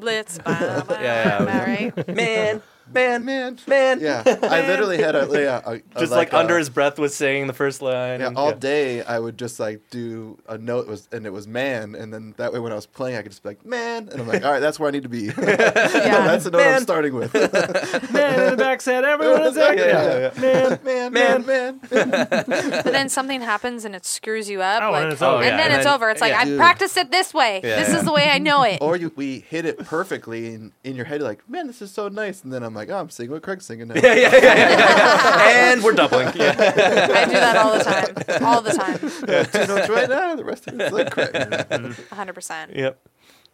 blitz. Bah, bah,
Yeah, yeah.
bah, right?
man, man,
Man.
man.
Yeah, I literally had a, yeah, a- a,
Just like,
a-
under his breath was saying the first line.
uh, Yeah,
and-
all day I would just like do a note was and it was man, and then that way when I was playing I could just be like man, and I'm like, all right, that's where I need to be.
Yeah.
that's the note
Man.
I'm starting with.
Man in the back said, everyone is acting.
yeah,
Man.
man,
Man.
man, man.
but then something happens and it screws you up.
Oh,
like,
and it's over.
and
Yeah,
then
and
it's
then-
over. It's like,
yeah.
I
Dude.
practiced it this way.
Yeah,
this
yeah.
is the way I know it.
Or you, we hit it perfectly, and in your head, you're like, man, this is so nice. And then I'm like, oh, I'm singing what Craig's singing now.
yeah, yeah, yeah, yeah, yeah. and we're doubling. Yeah.
I do that all the time. All the time.
Two notes right now, the rest of it's like Craig.
100%.
Yep.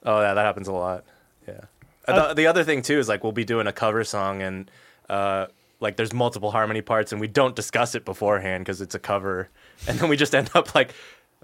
Oh yeah, that happens a lot. Yeah. Uh, the, the other thing too is like we'll be doing a cover song and uh, like there's multiple harmony parts and we don't discuss it beforehand because it's a cover, and then we just end up like,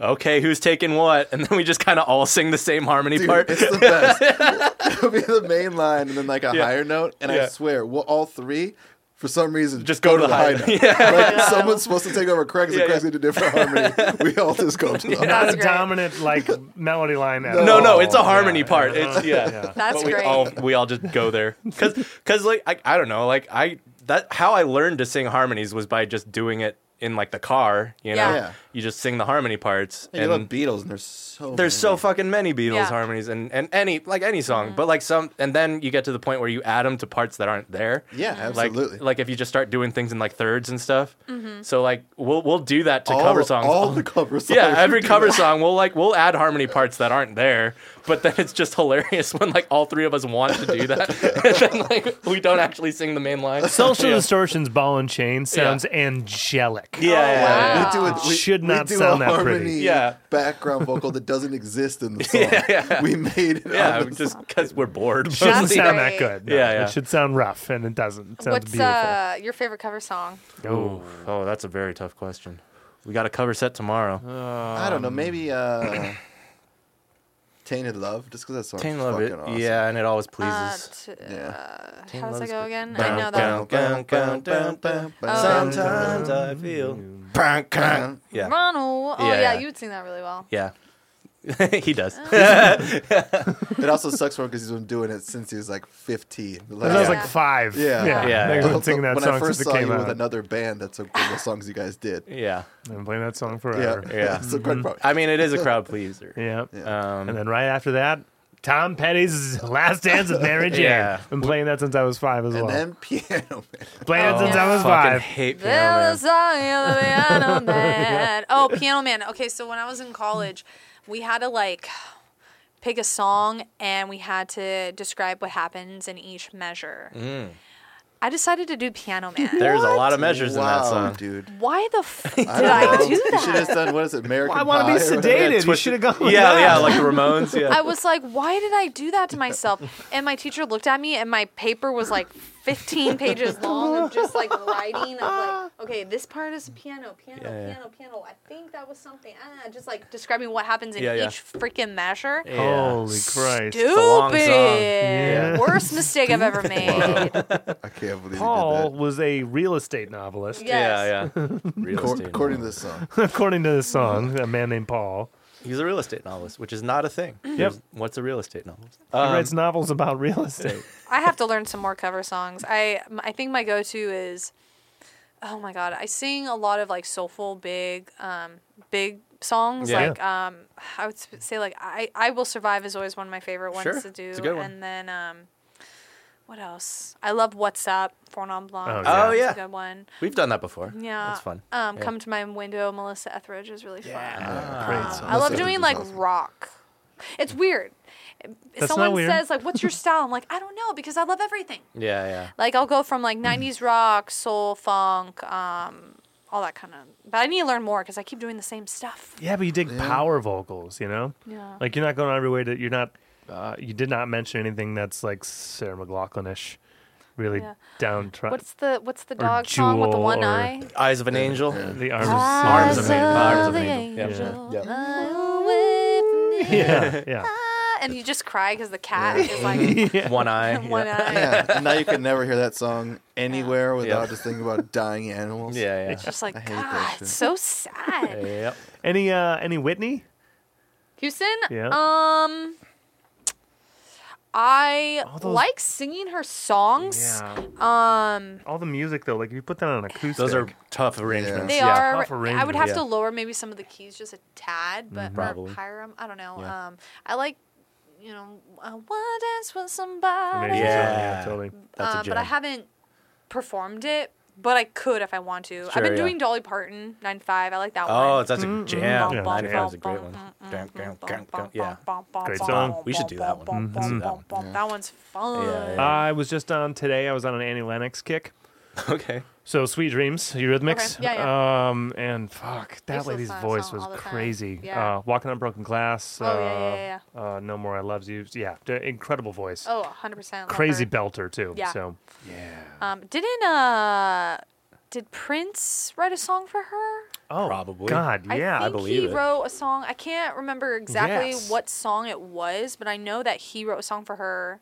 okay, who's taking what, and then we just kind of all sing the same harmony
Dude,
part.
it's the best. It'll be the main line, and then like a
Yeah.
higher note. And
Yeah.
I swear, we'll all three. For some reason,
Just go to the high note.
Like, someone's supposed to take over Craig's,
Yeah,
and Craig's
yeah.
going to do different harmony. We all just go to the high
Not
That's
a
great.
dominant like melody line at
No,
all.
no,
Oh,
it's a harmony
Yeah.
part. It's yeah.
That's
but we
great.
all we all just go there because like I, I don't know like I that how I learned to sing harmonies was by just doing it in like the car. You know,
Yeah.
Yeah.
you just sing the harmony parts
You love Beatles, and there's so
there's
many.
so fucking many Beatles
Yeah. Mm-hmm.
harmonies and, and any like any song, but like some and then you get to the point where you add them to parts that aren't there.
Yeah,
Like
absolutely.
like if you just start doing things in like thirds and stuff.
Mm-hmm.
So like we'll we'll do that to
all,
cover songs.
All the cover songs.
yeah, every
we do
cover
that.
song we'll like we'll add harmony parts that aren't there. But then it's just hilarious when like all three of us want to do that, and then like we don't actually sing the main line.
Social
Yeah.
distortion's ball and chain sounds angelic.
Oh,
Yeah, yeah, yeah, yeah.
wow.
We do it.
It
We,
should
we
not
do
sound
a
that
harmony
pretty.
Yeah.
background vocal that doesn't exist in the song. We made it.
Yeah,
on the
just because we're bored.
Shouldn't
That's
sound
great.
that good.
Yeah, yeah.
It should sound rough, and it doesn't. It sounds
What's
beautiful.
uh, your favorite cover song?
Oh, oh, that's a very tough question. We got a cover set
Oh,
tomorrow.
I don't know. Maybe uh, "Tainted Love," just because that song
Taylor
is
love
fucking
it.
awesome.
Yeah, and it always
Uh,
pleases.
t-
Yeah.
uh,
Teen
how does
Love's
that go
good.
again? I
Bum,
know that.
bum, bum,
one.
bum, bum, bum, bum.
Oh.
Sometimes I feel.
Mm.
Bum, bum. Yeah,
Ronald.
Yeah,
Oh yeah,
yeah.
you would sing that really well.
yeah. Oh. he does.
It also sucks for him because he's been doing it since he was like 15. Like,
When I was
Yeah.
like five.
Yeah.
yeah.
Yeah.
I've
Also,
been singing that
when
song
I first
since
saw
it came
you
out.
with another band, that's one of the songs you guys did.
Yeah,
I've been playing that song forever.
Yeah,
Yeah.
yeah.
so quite
Mm-hmm.
probably.
I mean, it is a crowd pleaser. Um,
And then right after that, Tom Petty's Last Dance with Mary Jane.
Yeah.
Been playing that since I was five as
and
well.
then piano man.
playing it
oh,
since I was
fucking
five.
hate Piano
There
Man.
was a piano man. Oh, piano man. Okay, so when I was in college, we had to like pick a song and we had to describe what happens in each measure. I decided to do piano man.
There's a lot of measures in that
Wow,
song.
dude.
Why the f- did
don't
I
know.
do
You should have
that?
done what is it? American
I want to be
Pie or whatever?
Yeah,
sedated. You
twisted-
should have gone. with
Yeah,
that.
yeah, like the Ramones. Yeah.
I was like, why did I do that to myself? And my teacher looked at me, and my paper was like 15 pages long of just like writing of like, okay, this part is piano, piano,
Yeah, yeah.
piano, piano. I think that was something. Ah, just like describing what happens in
Yeah, yeah.
each freaking measure.
Yeah.
Oh,
Holy Christ.
Stupid.
long song. Yeah.
Worst mistake I've ever made.
I can't believe
Paul
you
was a real estate novelist,
Yeah, yeah. Real
did that. Cor-
estate
according to
novel.
this song,
according to this song, a man named Paul.
He's a real estate novelist, which is not a thing.
Mm-hmm.
There's- What's a real estate novelist? Uh,
He writes novels about real estate.
I have to learn some more cover songs. I m- I think my go to is, oh my god, I sing a lot of like soulful big um big songs.
Yeah.
Like um I would sp- say like I I will survive is always one of my favorite ones
Sure.
to do.
It's a good one.
And then um. What else? I love What's Up, Four Non Blonde.
Oh,
yeah. Oh,
That's
yeah.
a good one.
We've done that before.
Yeah,
That's fun.
Um,
Yeah.
Come to my window, Melissa Etheridge is really fun.
Ah.
great
Um,
song.
I love
Melissa
doing
Etheridge
like
is awesome.
rock. It's weird.
That's
Someone
not weird.
says like, "What's your style?" I'm like, "I don't know because I love everything."
Yeah, yeah.
Like I'll go from like '90s rock, soul, funk, um, all that kind of. But I need to learn more because I keep doing the same stuff.
Yeah, but you did power vocals, you know?
Yeah.
Like you're not going out of your way to you're not uh, you did not mention anything that's like Sarah McLaughlin ish. Really
Yeah.
down try
What's the What's the dog song with the
uh, Jewel
one
or-
eye?
Eyes of an Angel.
the arms
Arms of
Eyes
an Angel. Arms
of
of an
the
Angel. Yeah.
angel,
Yeah.
lie with me.
Yeah, yeah.
Ah, And you just cry because the cat is like
Yeah. One eye.
one
yeah.
eye,
yeah. And now you can never hear that song anywhere without just thinking about dying animals.
Yeah, yeah.
just like
hate that
God,
shit.
it's so sad.
Yep.
Any uh any Whitney?
Houston.
Yeah.
Um. I
All those-
like singing her songs. Um.
All the music though, like if you put that on acoustic.
Those are tough arrangements.
They
yeah.
are.
Tough
I would
arrangement.
have
Yeah.
to lower maybe some of the keys just a tad, but
Probably.
or higher 'em. I don't know.
Yeah.
Um, I like, you know, I want to dance with somebody.
amazing.
Yeah.
totally.
That's a
Um, but I
jam.
haven't performed it. But I could if I want to. I've
Sure,
been
yeah.
doing Dolly Parton nine five. I like that one.
Oh, that's a jam.
Yeah.
95 is a great one. Dun, dun, dun, dun. Yeah.
Great song.
We should do that one. Let's do that one.
That one's fun.
Yeah, yeah.
I was just on today, I was on an Annie Lennox kick.
Okay.
So Sweet Dreams, Eurythmics.
Okay, yeah, yeah.
Um and fuck,
They
that
still
lady's
sing that
voice
song
was
all the time.
crazy.
Yeah.
Uh Walking on Broken Glass,
Oh,
uh,
yeah, yeah, yeah,
uh No More I Loves You. Yeah, d- incredible voice.
Oh, 100%. love
crazy
her.
belter too.
Yeah.
So
Um, didn't uh, did Prince write a song for her?
oh,
Probably.
God, yeah,
I,
I,
think
believe
he
it.
wrote a song. I can't remember exactly
Yes.
what song it was, but I know that he wrote a song for her.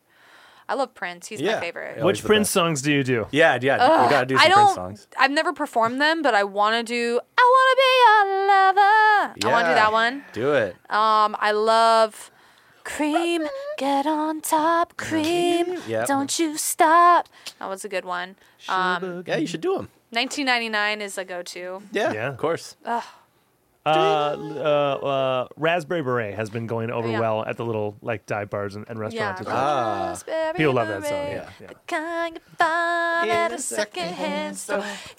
I love Prince. He's
Yeah.
my favorite.
Yeah.
Which
Always the
Prince
best.
songs do you do?
Yeah, yeah.
Ugh,
we gotta do
I
some
don't.
Prince songs.
I've never performed them, but I want to do. I want to be a lover. I want
Yeah.
to do that one.
Do it.
Um, I love cream. Get on top, cream.
Mm-hmm. Yep.
Don't you stop. That was a good one. Um,
Yeah, you should do them.
1999 is a go-to.
Yeah,
Yeah.
Of course.
Uh, uh, uh, Raspberry Beret has been going over
Oh, Yeah.
well at the little like dive bars and, and restaurants. and stuff.
Ah.
Raspberry
People love that song,
beret,
yeah, yeah.
The kind you find
In
at
a
a
secondhand
secondhand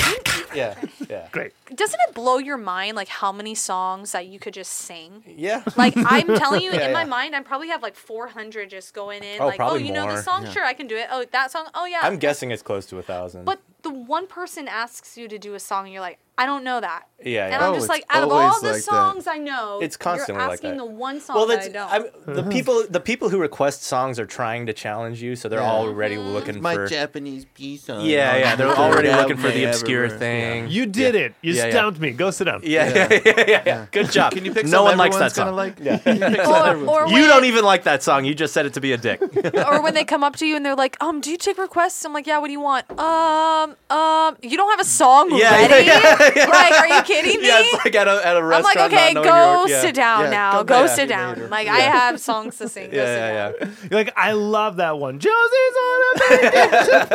store.
Yeah. Yeah.
Great.
Doesn't it blow your mind like how many songs that you could just sing?
Yeah.
Like I'm telling you,
Yeah,
in my
yeah.
mind, I probably have like 400 just going in.
Oh,
like, oh,
probably
you know
more.
this song?
Yeah.
Sure, I can do it. Oh, that song? Oh yeah.
I'm guessing it's close to a thousand.
But the one person asks you to do a song, and you're like, I don't know that.
yeah,
And
yeah.
I'm
Oh,
just
it's
like, out of
always
all the
like that.
songs I know,
It's constantly
you're
like
asking
that.
the one song
well,
that I
that's
don't.
I'm, the people. The people who request songs are trying to challenge you, so they're
Yeah.
already
Mm.
looking
My
for.
Japanese piece on.
yeah, yeah. They're
Yeah.
already
Yeah.
looking for the
Yeah.
obscure
Yeah.
thing.
You did
Yeah.
it. You
Yeah, yeah.
stumped me. Go sit down.
Yeah, yeah, yeah, yeah, yeah. Good job.
Can you pick
no one likes that
going to
song.
like? Yeah. Can you pick
Or-
something everyone's
or
gonna-
You
When-
don't even like that song. You just said it to be a dick.
or when they come up to you and they're like, um, do you take requests? I'm like, yeah, what do you want? Um, um, you don't have a song
Yeah,
ready?
yeah,
Like, are you kidding me?
yeah, it's like at a, at a
I'm
restaurant.
like, okay,
not knowing
go
your, yeah.
sit down
Yeah,
now.
come
Go
back
sit
to me
down.
later.
Like, I have songs to sing. Go
Yeah,
sit
yeah,
down.
yeah.
You're like, I love that one. Josie's on a big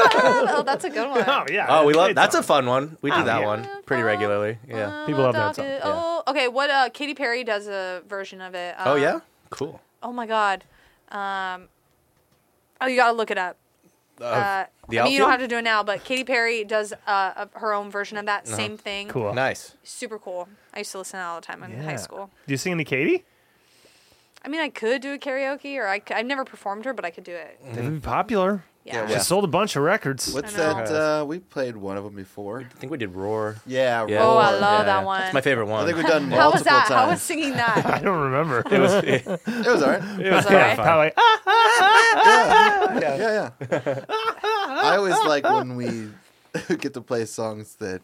Oh, that's a good one.
Oh, yeah.
Oh, we love
Great
that's
song.
a fun one. We do
Oh,
that
yeah.
one pretty regularly. Yeah.
People love that song,
Dog- Oh, okay. What? Uh, Katy Perry does a version of it.
Oh
Um,
yeah. Cool.
Oh my God. Um. Oh, you gotta look it up. Uh,
the
I mean, you don't
outfield?
have to do it now, but Katy Perry does uh, a- her own version of that same thing.
Cool.
Nice.
Super cool. I used to listen to that all the time in
Yeah.
high school.
Do you sing any Katie?
I mean, I could do a karaoke, or I c- I've never performed her, but I could do it.
They'd be popular.
Yeah.
She sold a bunch of records.
What's
I know.
that? Uh, we played one of them before.
I think we did Roar.
Yeah.
Yeah.
Oh, I
Roar.
love
Yeah,
that
yeah.
one.
It's my favorite one.
I think we've done multiple
How was that?
times.
How was singing that?
I don't remember.
it was. Yeah.
It was all right.
was
yeah,
alright.
probably like, ah,
yeah, yeah. I always like when we get to play songs that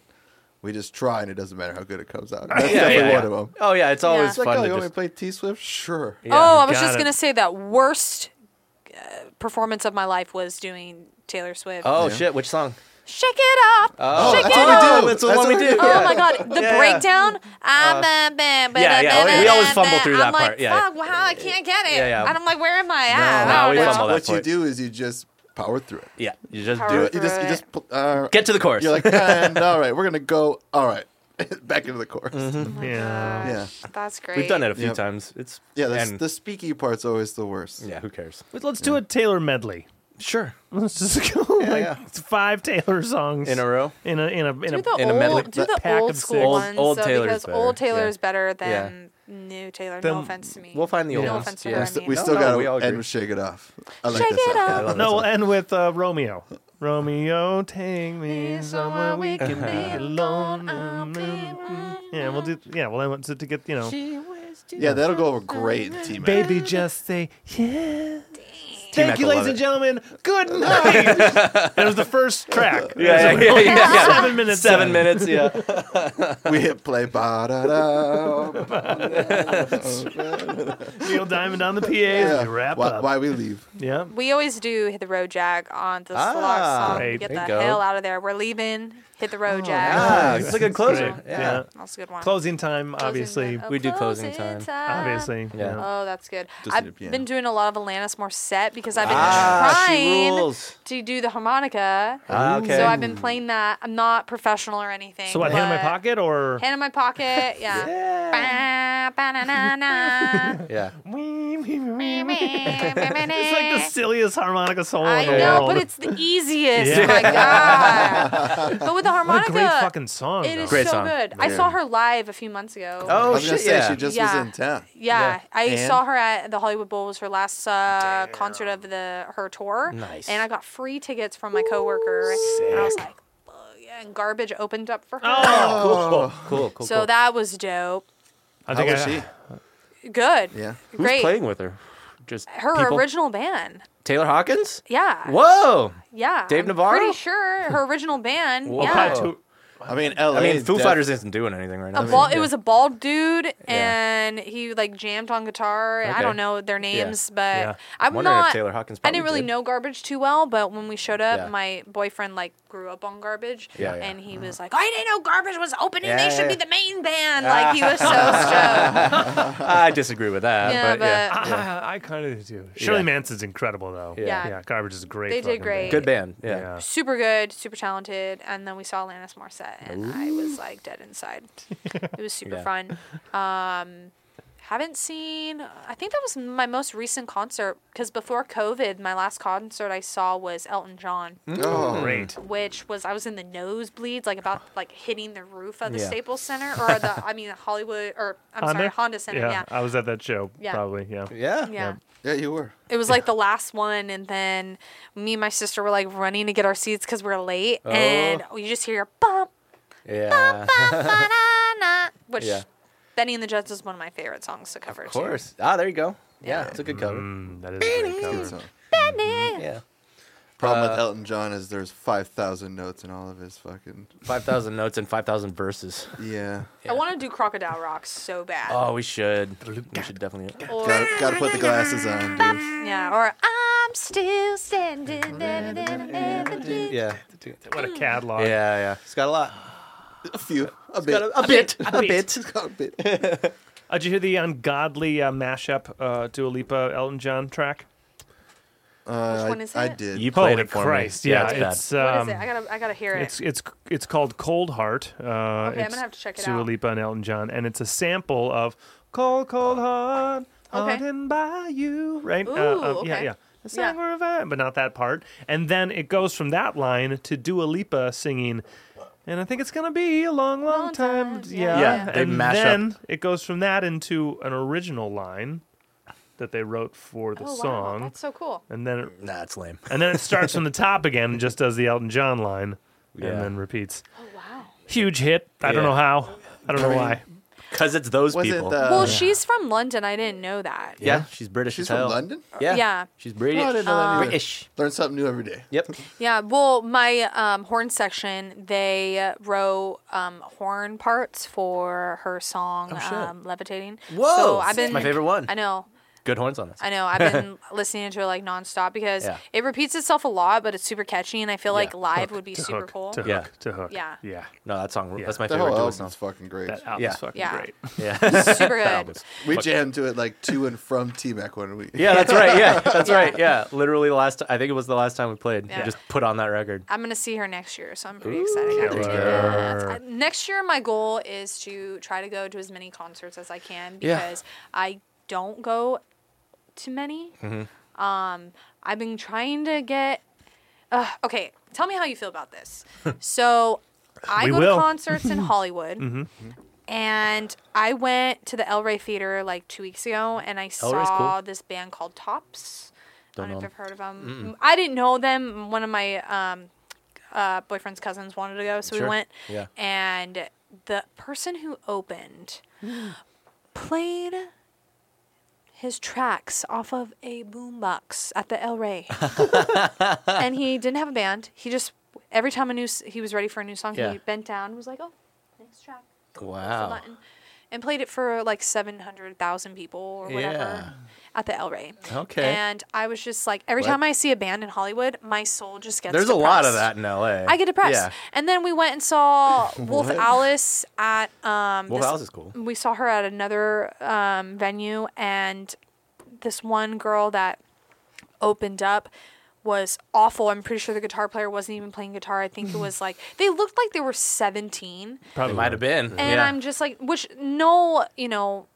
we just try and it doesn't matter how good it comes out. That's
yeah,
definitely
yeah.
one of them.
Oh yeah, it's always
It's like,
fun
oh, you
to
want me
just.
to play T Swift? Sure.
Yeah.
Oh, I was
Got
just
it.
gonna say that worst uh, performance of my life was doing Taylor Swift.
Oh
Yeah.
shit! Which song?
Shake it up,
Oh,
shake
that's
it
what we
up.
do.
That's the
That's
one we
what we
do.
do.
Oh my god, the
Yeah, yeah.
breakdown! Ah, I'm
yeah, yeah, we- we always fumble through that
I'm like,
part, yeah, yeah.
Fuck, wow, I can't get it.
Yeah, yeah.
And I'm like, where am I at?
No,
I don't
we
know.
fumble. that
What you
point.
do is you just power through it.
Yeah, you just
Power
do
You
it.
through.
just, you
it.
just uh,
Get to the chorus.
You're like, and all right, we're gonna go. All right, back into the chorus.
Mm-hmm.
yeah.
Yeah.
Gosh, That's great.
We've done it a few
Yep.
times. It's
Yeah, the,
and-
the speaky part's always the worst.
yeah. Who cares?
But Let's do a Taylor medley.
Sure.
Let's just go like
yeah.
five Taylor songs
In a row.
in a in a in
Do
a.
the
in a
old,
medley.
do the
Pack
old
of
school
six.
Old-
ones
old
though,
Taylor's
because
better.
old Taylor
Yeah.
is better than new Taylor.
Then
no offense to me.
We'll find the old
No
ones.
offense to
yeah.
her, I
We st-
mean.
we
No,
still
no, we all
gotta end
agree.
with Shake It Off. I like
Shake
that
it
song.
up.
I love that
No,
song.
we'll end with uh, Romeo. Romeo, take me somewhere we can be alone. Yeah, we'll do. Yeah, we'll end with to, to get you know.
Yeah, that'll go over great in Team Baby.
Baby, just say yeah.
T-Mac
Thank you,
will
ladies
love
and
it.
gentlemen. Good night. that was the first track.
Yeah, yeah, yeah, yeah, yeah.
Seven minutes.
Seven
in.
minutes. Yeah.
We hit play. Ba-da-da.
Neil Diamond on the PA. as
Yeah.
We wrap
why,
up.
why we leave?
Yeah.
We always do hit the road jag on the
Ah,
Solar song.
right,
Get
there
the
you go.
hell out of there. We're leaving. Hit the road jag.
Ah, it's a good closer.
Great.
Yeah.
That's a good one.
Closing time,
Closing
obviously.
time.
We do
Oh,
closing time.
Obviously.
Yeah.
Yeah.
Oh, that's good.
Just need a
I've
piano.
been doing a lot of Alanis Morissette because I've been
Ah, she
trying
rules.
to do the harmonica.
Ah, okay.
So I've been playing that. I'm not professional or anything.
So what? Hand in my
but-
pocket or?
Hand in my pocket. Yeah. Ba, ba, na, na, na.
Yeah.
It's
Me, me, me, me,
like the
me.
silliest harmonica solo
I
in the
know,
world.
but it's the easiest. Oh
Yeah.
My God. But with the
what
harmonica,
a great fucking song.
it
though.
is
Great
so
song.
good. I saw her live a few months ago.
I
Oh
was gonna
shit.
say
Yeah.
she just
Yeah.
was in town.
Yeah, I
And?
saw her at the Hollywood Bowl was her last uh, concert of the her tour.
Nice.
And I got free tickets from my coworker. And I was like, "Oh, yeah, and garbage opened up for her.
Oh, cool. Cool. Cool.
so
cool.
that was dope.
I
How
think
was
I-
she?
Good.
Yeah.
Who's
Great.
playing with her? Just
her
people?
original band.
Taylor Hawkins.
Yeah.
Whoa.
Yeah.
Dave
I'm
Navarro?
Pretty sure her original band.
Whoa.
Yeah.
Oh.
Two-
I mean, LA.
I mean, Foo
def-
Fighters isn't doing anything right now.
A bald, Uh, it was a bald dude, and he like jammed on guitar. I
Okay.
don't know their names, but
Yeah.
uh, I'm
Wondering if
not.
Taylor Hawkins
I
probably
didn't really
did.
know Garbage too well, but when we showed up,
Yeah.
my boyfriend like grew up on Garbage,
Yeah, yeah.
and he was like, "I didn't know Garbage was opening.
Yeah,
they should
yeah.
be the main band." Like he was so stoked.
I disagree with that.
Yeah,
but, yeah.
but-
I, I kind of do. Shirley
Yeah.
Manson's incredible though.
Yeah.
yeah. Garbage is a great.
They did
fucking
great.
Good band. Yeah.
Yeah.
Super good, super talented, and then we saw Alanis Morissette, and I was like dead inside. it was super
Yeah.
fun. Um, haven't seen. I think that was my most recent concert because before COVID, my last concert I saw was Elton John,
Oh,
Great.
which was I was in the nosebleeds, like about like hitting the roof of the
Yeah.
Staples Center or the I mean Hollywood or I'm sorry
Honda?
Honda Center. Yeah.
I was at that show.
Yeah.
Probably. Yeah.
Yeah.
yeah.
yeah, you were.
It was like the last one, and then me and my sister were like running to get our seats because we're late, and you just hear bump,
Yeah.
ba-da-na, which
Yeah.
Benny and the Jets is one of my favorite songs to cover.
Of
too.
course. Ah, there you go. Yeah,
Yeah. Mm-hmm.
it's a good cover.
Mm, that is a great
Good
cover.
song.
Yeah.
Problem with Elton John is there's five thousand notes in all of his fucking.
5,000 notes and 5,000 verses.
Yeah,
I want to do Crocodile Rock so bad.
Oh, we should. We should definitely.
or,
gotta, gotta put the glasses on, dude.
yeah, or I'm still standing. better than I ever did."
Yeah.
What
Mm.
a catalog.
Yeah, yeah. It's got a lot.
A few, a
Got
bit,
a, a bit. A bit.
It's got a bit.
Uh, did you hear the ungodly uh, mashup uh, Dua Lipa Elton John track?
Uh,
Which one
I-
is
I
it?
did.
You played
Holy
it for
Christ.
me.
Yeah,
it's
it's
What
um,
is it? I gotta, I gotta hear it.
it's it's it's called Cold Heart. Uh,
okay, I'm
it's
gonna have to check it
Dua
out.
Lipa and Elton John, and it's a sample of Cold Cold Heart,
Okay.
haunted by you, right? Uh, um,
Ooh,
Yeah,
okay.
yeah. The
Yeah.
song we're about- but not that part. And then it goes from that line to Dua Lipa singing, and I think it's gonna be a long, long,
Long
time.
time,
Yeah,
yeah.
Yeah, they
and
mash up.
then it goes from that into an original line that they wrote for the
oh,
song,
Wow, that's so cool.
and then it
bad. Nah, it's lame.
and then it starts from the top again and just does the Elton John line
Yeah.
and then repeats.
Oh, wow.
Huge hit. I don't
Yeah.
know how. I don't know why.
Because it's those
Was it
people.
the?
Well, she's from London. I didn't know that.
Uh, yeah, she's British
she's
as
from
hell.
London.
Yeah.
Yeah. Uh,
She's British.
Oh, I didn't know that either.
British.
Learn something new every day.
Yep.
Yeah, well, my um, horn section, they wrote um, horn parts for her song
Oh, shit.
um, "Levitating."
Whoa,
so I've
it's
been
my favorite one.
I know,
Good horns on us.
I know. I've been listening to it like nonstop because
Yeah.
it repeats itself a lot, but it's super catchy, and I feel like
Yeah.
live
Hook
would be
to
super
hook,
cool.
To hook,
Yeah.
to hook.
Yeah.
Yeah.
No, that song.
Yeah.
That's my
The
favorite
whole
Dua
album's
song.
fucking great.
That album's
Yeah.
fucking
Yeah.
great.
Yeah.
Super good.
album's-
We jammed to it like to and from T Mac one week.
Yeah, that's right. Yeah, that's right. Yeah, literally last. I think it was the last time we played. We
Yeah.
just put on that record.
I'm gonna see her next year, so I'm pretty excited.
Ooh.
after two
Killer.
years. Uh, Next year, my goal is to try to go to as many concerts as I can
Yeah.
because I don't go to many. Um, I've been trying to get. Uh, okay, tell me how you feel about this. so, I
We
go
will.
to concerts in Hollywood. And I went to the El Rey Theater like two weeks ago, and I
El Rey's
saw
cool.
this band called Tops. I
Don't
don't know if
know
I've heard of them. I didn't know them. One of my um, uh, boyfriend's cousins wanted to go, so
Sure.
we went.
Yeah.
And the person who opened played his tracks off of a boombox at the El Rey, and he didn't have a band. He just every time a new s- he was ready for a new song,
Yeah.
he bent down and was like, "Oh, next track." press the
Wow.
button, and played it for like 700,000 people or whatever
Yeah.
at the El Rey.
Okay.
And I was just like, every
What?
time I see a band in Hollywood, my soul just gets
There's a lot of
depressed.
that in L.A.
I get depressed.
Yeah.
And then we went and saw Wolf
What?
Alice at um
Wolf
this-
Alice is cool.
We saw her at another um venue and this one girl that opened up was awful. I'm pretty sure the guitar player wasn't even playing guitar. I think it was like they looked like they were 17
It might have been.
and
yeah.
I'm just like, which no, you know,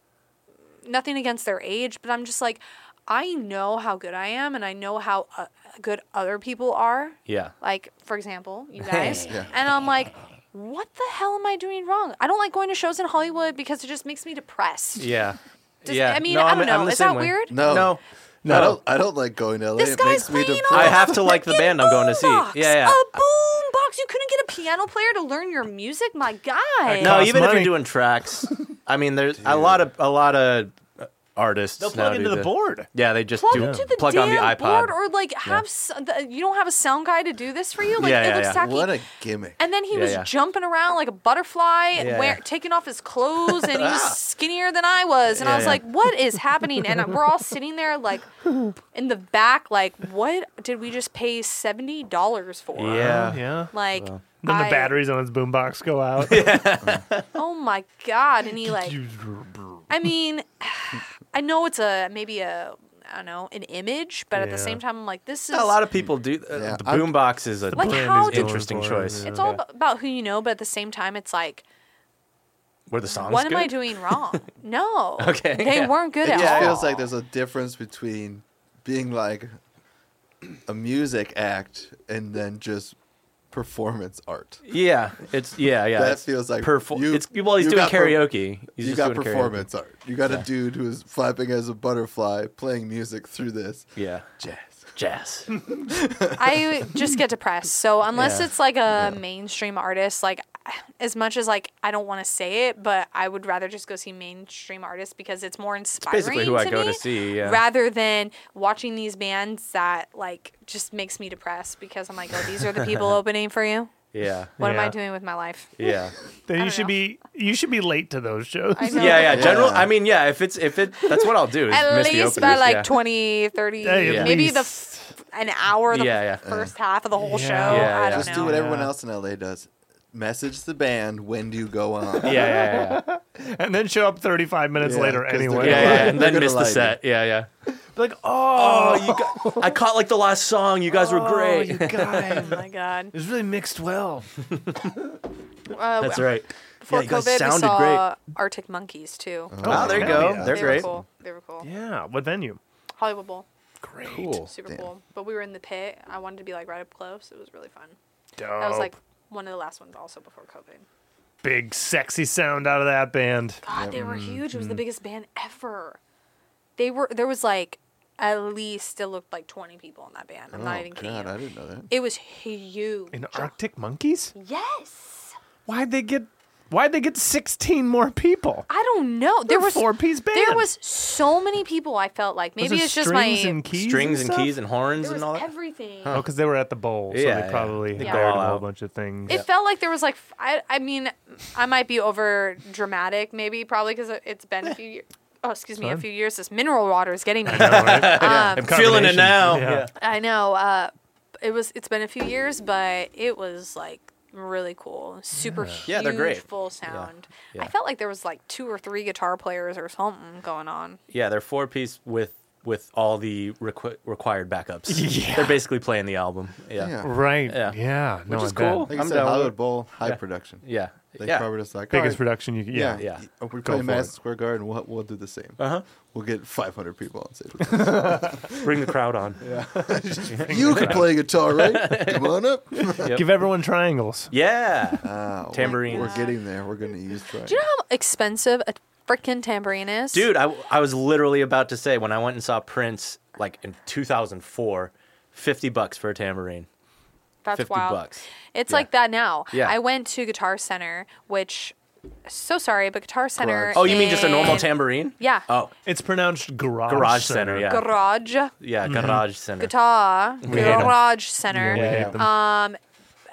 nothing against their age, but I'm just like, I know how good I am, and I know how uh, good other people are.
yeah.
Like, for example, you guys,
Yeah.
and I'm like, what the hell am I doing wrong? I don't like going to shows in Hollywood because it just makes me depressed.
Yeah.
Does,
yeah.
I mean,
No,
I
I'm-
don't know.
I'm the
Is
same
that
way.
weird?
No.
No. No.
I don't. I don't like going to LA.
This
it makes
guy's
me
playing on
depressed.
I have to like the
Fucking
band I'm going to see. Yeah,
boombox!
yeah.
A boombox. You couldn't get a piano player to learn your music, my guy.
No,
costs
even if
money.
you're doing tracks, I mean, there's a lot of a lot of uh, artists.
They'll plug
now
into
do
the board.
Yeah, they just
plug
do
into the
plug
damn
on the iPod.
board or like have s the, you don't have a sound guy to do this for you like
Yeah,
it
yeah,
looks
yeah.
tacky
What a gimmick.
and then he
Yeah,
was
yeah.
jumping around like a butterfly and
Yeah,
wear,
yeah.
taking off his clothes and he was skinnier than i was and
Yeah,
i was
yeah.
like what is happening and we're all sitting there like in the back like what did we just pay $70 for
yeah.
Yeah.
like
Then the
I-
batteries on his boombox go out.
oh my god and he like I mean, I know it's a maybe a I don't know an image, but at
Yeah.
the same time, I'm like this is
A lot of people do. Uh,
Yeah,
The
I'm-
boombox is a
Like,
Brand
how
is
do-
interesting
going for it,
choice.
yeah.
It's all ab- about who you know, but at the same time, it's like
Were the songs
what
good?
am I doing wrong? no.
Okay,
They
yeah.
weren't good
it
at
just
all.
feels like there's a difference between being like a music act and then just performance art.
Yeah, it's yeah, yeah.
That
it's
feels like
perfor-
you-
it's, well, he's
you
doing
got per-
karaoke. he's
you
just
got
doing karaoke.
performance art. You got a dude who's flapping as a butterfly playing music through this
Yeah,
jazz.
jazz.
I just get depressed. So unless
Yeah.
it's like a mainstream artist, like as much as like I don't want to say it, but I would rather just go see mainstream artists because it's more inspiring.
basically who I go
me,
to see, yeah.
Rather than watching these bands that like just makes me depressed because I'm like, oh, these are the people opening for you.
Yeah,
What am I
Yeah.
doing with my life?
yeah.
Then
I
you
don't
should
know.
be you should be late to those shows.
I know.
Yeah, yeah. General.
Yeah.
I mean, yeah. If it's if it, that's what I'll do. Is
At
miss the
least by
openers,
like
yeah.
twenty, thirty, 20, 30,
Hey, at
maybe the
least.
f- an hour, the
Yeah, yeah.
first half of the whole
Yeah.
show.
Yeah,
I
yeah.
don't
Just
know.
do what everyone
Yeah.
else in LA does. Message the band. When do you go on?
Yeah, yeah, yeah.
and then show up 35 minutes
Yeah,
later
'cause they're They're
yeah, yeah,
anyway.
gonna
yeah.
lie-
And
they're
then
gonna
miss the
lie to
set. Yeah, yeah.
Like, oh,
Oh, you got, I caught like the last song. You guys were Oh, great.
you guys.
Oh my god.
It was really mixed well.
Uh,
that's right.
Before
yeah, you guys
COVID, we
sounded
saw Arctic Monkeys too.
Uh-huh.
Oh, there you go.
hell yeah.
They're
they
great.
Were cool. They were cool.
Yeah. What venue?
Hollywood Bowl,
Great.
Cool.
super
Damn.
cool. But we were in the pit. I wanted to be like right up close. It was really fun.
Dope.
That was like one of the last ones, also before COVID.
big sexy sound out of that band.
God, they were huge. It was the biggest band ever. They were. There was like at least it looked like twenty people in that band. I'm
Oh,
not even kidding.
God,
you.
I didn't know that.
It was huge.
In Arctic Monkeys?
yes.
Why'd they get why'd they get 16 more people?
I don't know. There
They're
was
four-piece
There
band.
was so many people. I felt like
Was
maybe
it
it's just my
strings and keys
Strings and
stuff?
keys and horns
there was
and all that.
everything.
Oh, because they were at the bowl, so
Yeah,
they
yeah.
probably
They
go
hired
all
a whole
out.
bunch of things.
It felt like there was like f- I, I mean I might be over dramatic maybe probably because it's been a few years. Oh, excuse me, a
fine.
few years. This mineral water is getting me.
I'm feeling it
Combination.
now.
Yeah.
Yeah.
I know. Uh, it was. It's been a few years, but it was like really cool, super huge,
Yeah, they're great.
full sound.
Yeah.
I felt like there was like two or three guitar players or something going on.
Yeah, they're four piece with with all the requ- required backups.
Yeah.
They're basically playing the album. Yeah.
Yeah.
Right.
Yeah.
Yeah.
Which
no,
is
I bet.
cool.
Like
I'm
I said,
down with
Hollywood
it.
Bowl, high production.
Yeah.
They
yeah.
probably just like
Biggest
"All right,
production you could
Yeah,
yeah.
yeah.
yeah.
We're
Go for
playing Madison
it.
Square Garden. We'll, we'll do the same.
Uh-huh.
We'll get 500 people on stage.
Bring the crowd on. Yeah.
you can play guitar, right? Come on up.
Give everyone
Ah,
triangles.
we're-
Tambourines.
We're getting there. We're going to use trying.
Do you know how expensive a freaking tambourine is,
Dude, I, I was literally about to say when I went and saw Prince like in 2004, 50 bucks for a tambourine.
That's
50
wild.
bucks.
It's
Yeah.
like that now.
Yeah.
I went to Guitar Center, which so sorry, but Guitar Center.
Garage.
Oh, you mean just a normal
in-
tambourine?
Yeah.
Oh,
It's pronounced garage.
garage center. Yeah.
Garage.
yeah,
Mm-hmm.
garage center.
Guitar.
hate 'em.
Garage Center.
We hate them.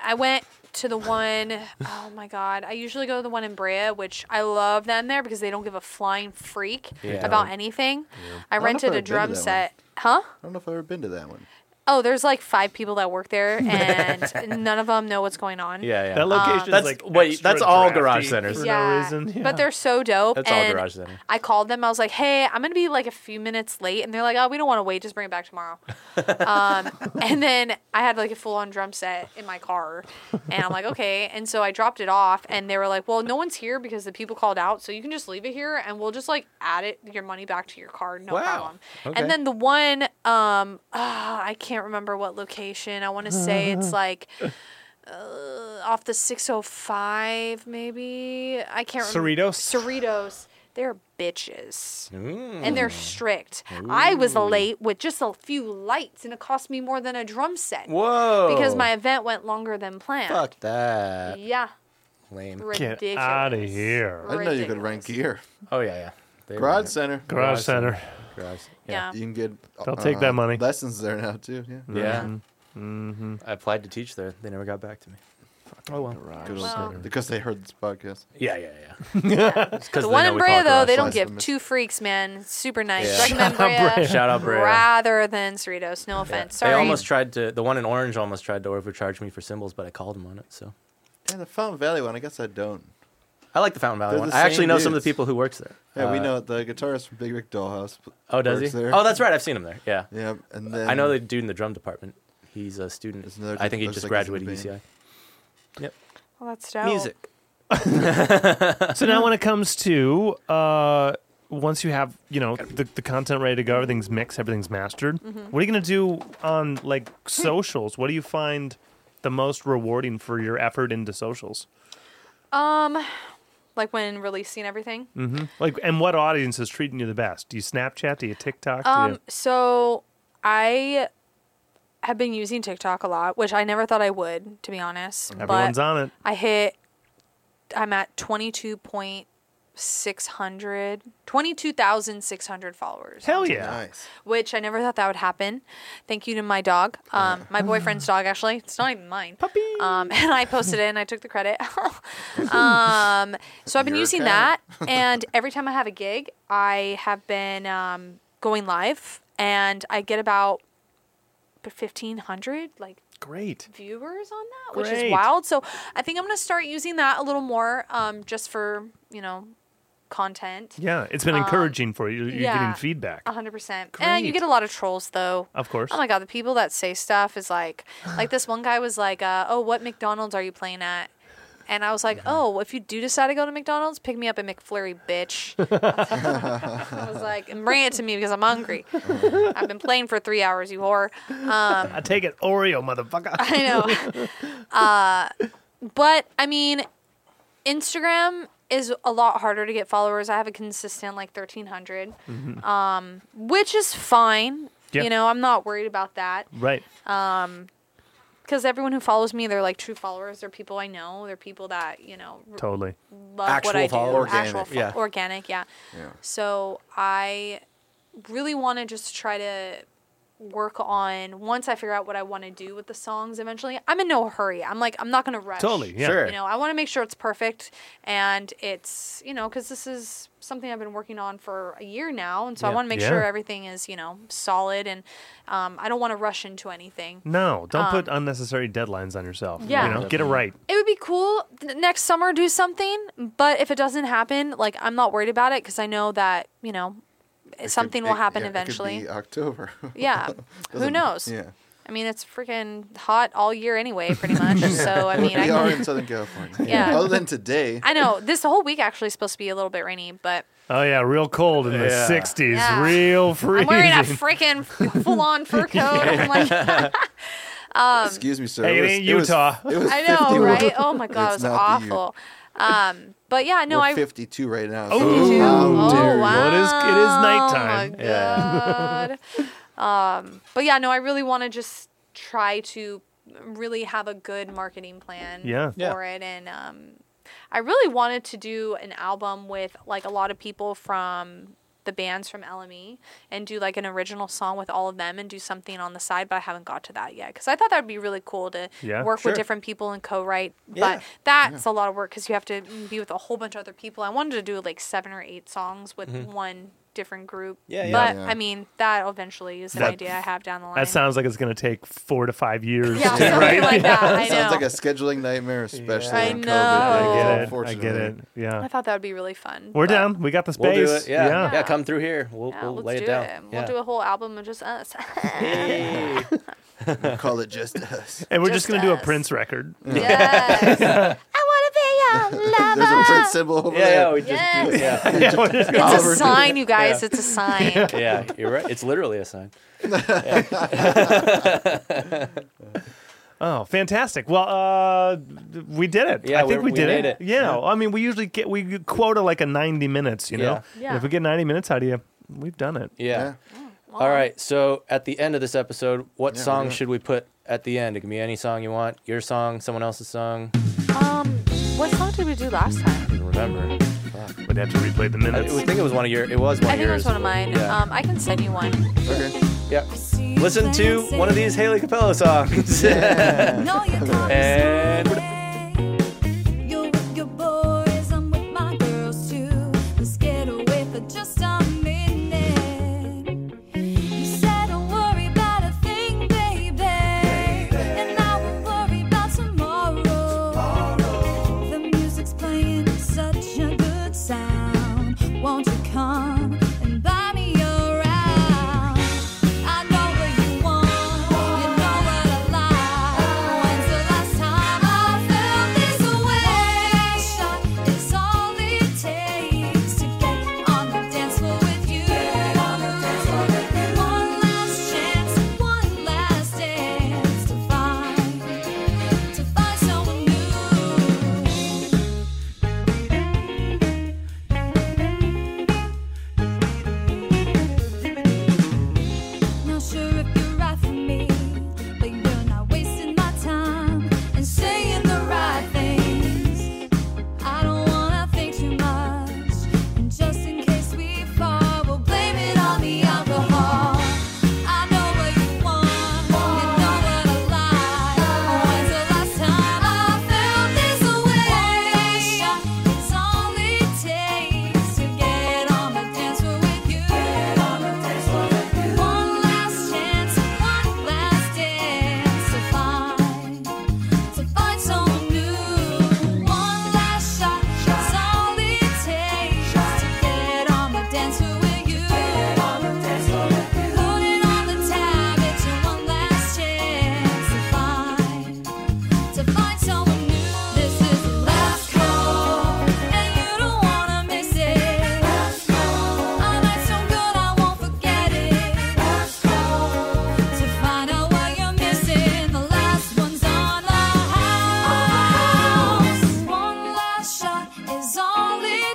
I went to the one oh my god. I usually go to the one in Brea, which I love them there because they don't give a flying freak
Yeah.
about anything. I
if I've
rented a
ever been to
drum
that
set. Huh?
I don't know if I've ever been to that one.
Oh, there's like five people that work there, and none of them know what's going on.
yeah, yeah.
that
Um,
location
that's-
is like
wait,
extra
that's all garage
drafty
centers.
for no
Yeah.
reason. Yeah.
But they're so dope.
That's all
and
garage center.
I called them. I was like, "Hey, I'm gonna be like a few minutes late," and they're like, "Oh, we don't want to wait. Just bring it back tomorrow." um, and then I had like a full on drum set in my car, and I'm like, "Okay." And so I dropped it off, and they were like, "Well, no one's here because the people called out, so you can just leave it here, and we'll just like add it your money back to your card, no
Wow.
problem."
Okay.
And then the one, um, ah, I can't remember what location. I want to say it's like. Uh, off the 605, maybe. I can't remember.
Cerritos?
Cerritos, they're bitches.
Mm.
And they're strict. I was late with just a few lights, and it cost me more than a drum set.
Whoa.
Because my event went longer than planned.
Fuck that.
Yeah.
Lame.
Um, Ridiculous.
Get out of here.
I didn't know you could rent gear.
Ridiculous.
Oh, yeah, yeah. They were
Garage
in
Center.
garage, center.
it. Garage.
Yeah.
You can get. uh,
They'll take that money.
Lessons there now too. Yeah.
Yeah. Mm-hmm.
Mm-hmm.
I applied to teach there. They never got back to me. Oh, well.
Good old-
Well-
Because they heard this podcast.
Yeah, yeah, yeah. It's 'cause
The
they
one
know
in
we call
Brea,
it
though,
garage
they don't
center.
give two freaks, man. Super nice.
Yeah.
Recommend
Shout out
Brea.
Brea.
Shout out Brea.
Rather than Cerritos. No offense.
They
Sorry.
almost tried to. The one in Orange almost tried to overcharge me for symbols, but I called him on it. So
Yeah, the Fountain Valley one. I guess I don't.
I like the Fountain Valley
They're
one.
the
I actually
same
know some of
dudes.
the people who works there.
Yeah, we
Uh,
know the guitarist from Big Rick Dollhouse.
Oh, does he?
works There.
Oh, that's right. I've seen him there. Yeah.
Yeah, and then
I know the dude in the drum department. He's a student.
There's another
I
dude
think he
that
just
looks like he's in
graduated
a
UCI.
band.
Yep.
Well, that's dope.
Music.
So now when it comes to uh, once you have you know the, the content ready to go, everything's mixed, everything's mastered.
Mm-hmm.
What are you gonna do on like socials? What do you find the most rewarding for your effort into socials?
Um, like when releasing everything.
Mm. Like, and what audience is treating you the best? Do you Snapchat? Do you TikTok? Do
Um,
you,
so I have been using TikTok a lot, which I never thought I would, to be honest.
everyone's
but
on it.
I hit. I'm at twenty two point six hundred, twenty two thousand six hundred followers.
Hell yeah!
Nice.
which I never thought that would happen. Thank you to my dog, um, my boyfriend's dog actually. It's not even mine.
Puppy.
Um, and I posted it and I took the credit. um, so I've been
Your
using
account.
that, and every time I have a gig, I have been um, going live, and I get about fifteen hundred like
Great.
viewers on that, which
Great.
is wild. So I think I'm gonna start using that a little more, um, just for you know, content.
Yeah, it's been encouraging for you. You're
uh, yeah.
getting feedback,
A hundred percent. And you
Great.
get a lot of trolls though.
of course.
Oh my god, the people that say stuff is like, like this one guy was like, uh, "Oh, what McDonald's are you playing at?" And I was like,
Uh-huh.
"Oh, if you do decide to go to McDonald's, pick me up at McFlurry, bitch." I was like, and bring it to me because I'm hungry. I've been playing for three hours, you whore. Um,
I Uh, take it Oreo, motherfucker.
I know. Uh, but I mean, Instagram is a lot harder to get followers. I have a consistent like 1,300, um, which is fine.
Mm-hmm. Yeah.
You know, I'm not worried about that
right.
because everyone who follows me, they're like true followers. They're people I know. They're people that you know r-
Totally.
love
Actual
what I do.
followers.
Actual
Organic.
fo-
Yeah.
organic, yeah.
Yeah.
So I really want to just try to work on once I figure out what I want to do with the songs. Eventually, I'm in no hurry. I'm like I'm not gonna rush.
Totally. Yeah.
Sure.
You know, I want to make sure it's perfect and it's, you know, because this is something I've been working on for a year now. And so I
Yeah.
want to make
Yeah.
sure everything is, you know, solid and um, I don't want to rush into anything.
No, don't put unnecessary deadlines on yourself.
Um, Yeah.
You know, get it right.
It would be cool th- next summer do something, but if it doesn't happen, like I'm not worried about it because I know that, you know, eh,
It
something
could-
will
it-
happen
yeah, it could
eventually.
be October.
Yeah. Who
Doesn't-
knows?
Yeah.
I mean, it's freaking hot all year anyway, pretty much. so, I mean, I
We
can-
are in Southern California.
Yeah.
Other than today,
I know this whole week actually is supposed to be a little bit rainy, but
Oh yeah, real cold in the
Yeah.
'60s,
Yeah.
real
I'm
freezing.
wearing a freaking full on fur coat. I'm like,
excuse me, sir.
Hey, it
was-
ain't
was-
Utah.
it was
Um, I know,
51.
right? Oh my god,
It's
it was
not the U.
awful. Um, but yeah, no,
We're
I.
52 right now. so-
Ooh.
How
oh
dare you.
wow!
Well, it is- it is nighttime.
Oh my god. um, but yeah, no, I really want to just try to really have a good marketing plan
Yeah.
Yeah.
for it, and um, I really wanted to do an album with like a lot of people from the bands from LME and do like an original song with all of them and do something on the side, but I haven't got to that yet because I thought that would be really cool to
Yeah,
work
sure.
with different people and co-write.
Yeah.
But that's a lot of work because you have to be with a whole bunch of other people. I wanted to do like seven or eight songs with one different group.
Mm-hmm. Yeah, yeah.
But
Yeah.
I mean, that eventually is an
That-
idea I have down the line.
That sounds like it's going to take four to five years. to-
yeah, something
right?
like that. I know.
Sounds like a scheduling nightmare, especially
I
in COVID.
know.
I
Yeah,
get it. I
Unfortunately.
get it.
I
Yeah,
thought that would be really fun.
we're
but-
down. We got the
We'll
space.
do it. Yeah. yeah.
Yeah.
Come through here. We'll,
Yeah,
we'll
let's
lay
do
it down.
We'll do a whole album of just us.
Hey.
We'll Call it just us.
And we're just,
Just
going to do a
us.
Prince record.
yes. I want to be your lover.
There's a print symbol over
yeah, yeah,
there.
we just do it.
Yes.
Yeah.
Yeah, we're just gonna-
It's
Oliver
a
did
sign, you guys. It's a sign.
yeah, you're right. It's literally a sign.
oh, fantastic! Well, uh, we did it.
Yeah,
I
we-
think
we
we, did
made it.
Yeah. I mean, we usually get we quota like a ninety minutes. You know,
Yeah.
Yeah.
And if we get ninety minutes out of you, we've done it.
Yeah.
Well,
All right. So at the end of this episode, what
Yeah,
song
we're
should we put at the end? It can be any song you want. Your song, someone else's song. I
Um, what song did we do last time?
don't remember.
We'd have to replay the
I
minutes.
would think it was one of your. It was one
I
of
think it
yours.
was one of mine.
Yeah.
Um, I can send you one.
Okay.
yeah. Listen to one of these Haley Capello songs.
No, you're not.
and we're-
You're with your boys, I'm with my girls too. Let's get away for just a minute. You said don't worry about a thing, baby. And I won't worry about tomorrow. The music's playing such a good sound. Won't you come and buy me around? I know what you want, you know what I like. When's the last time I felt?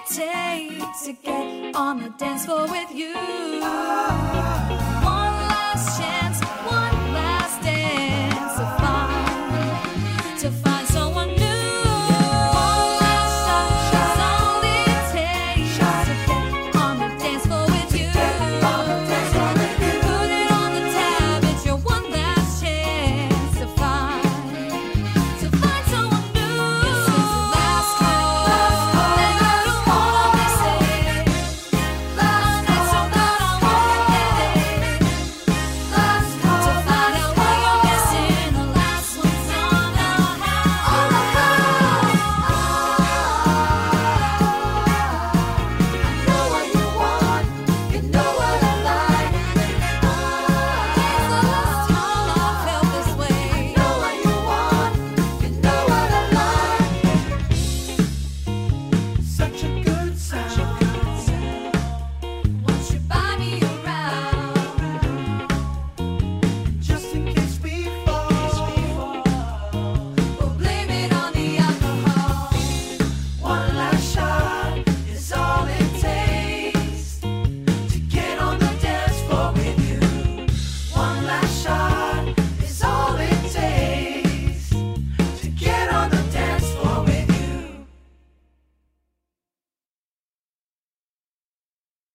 take to get on the dance floor with you.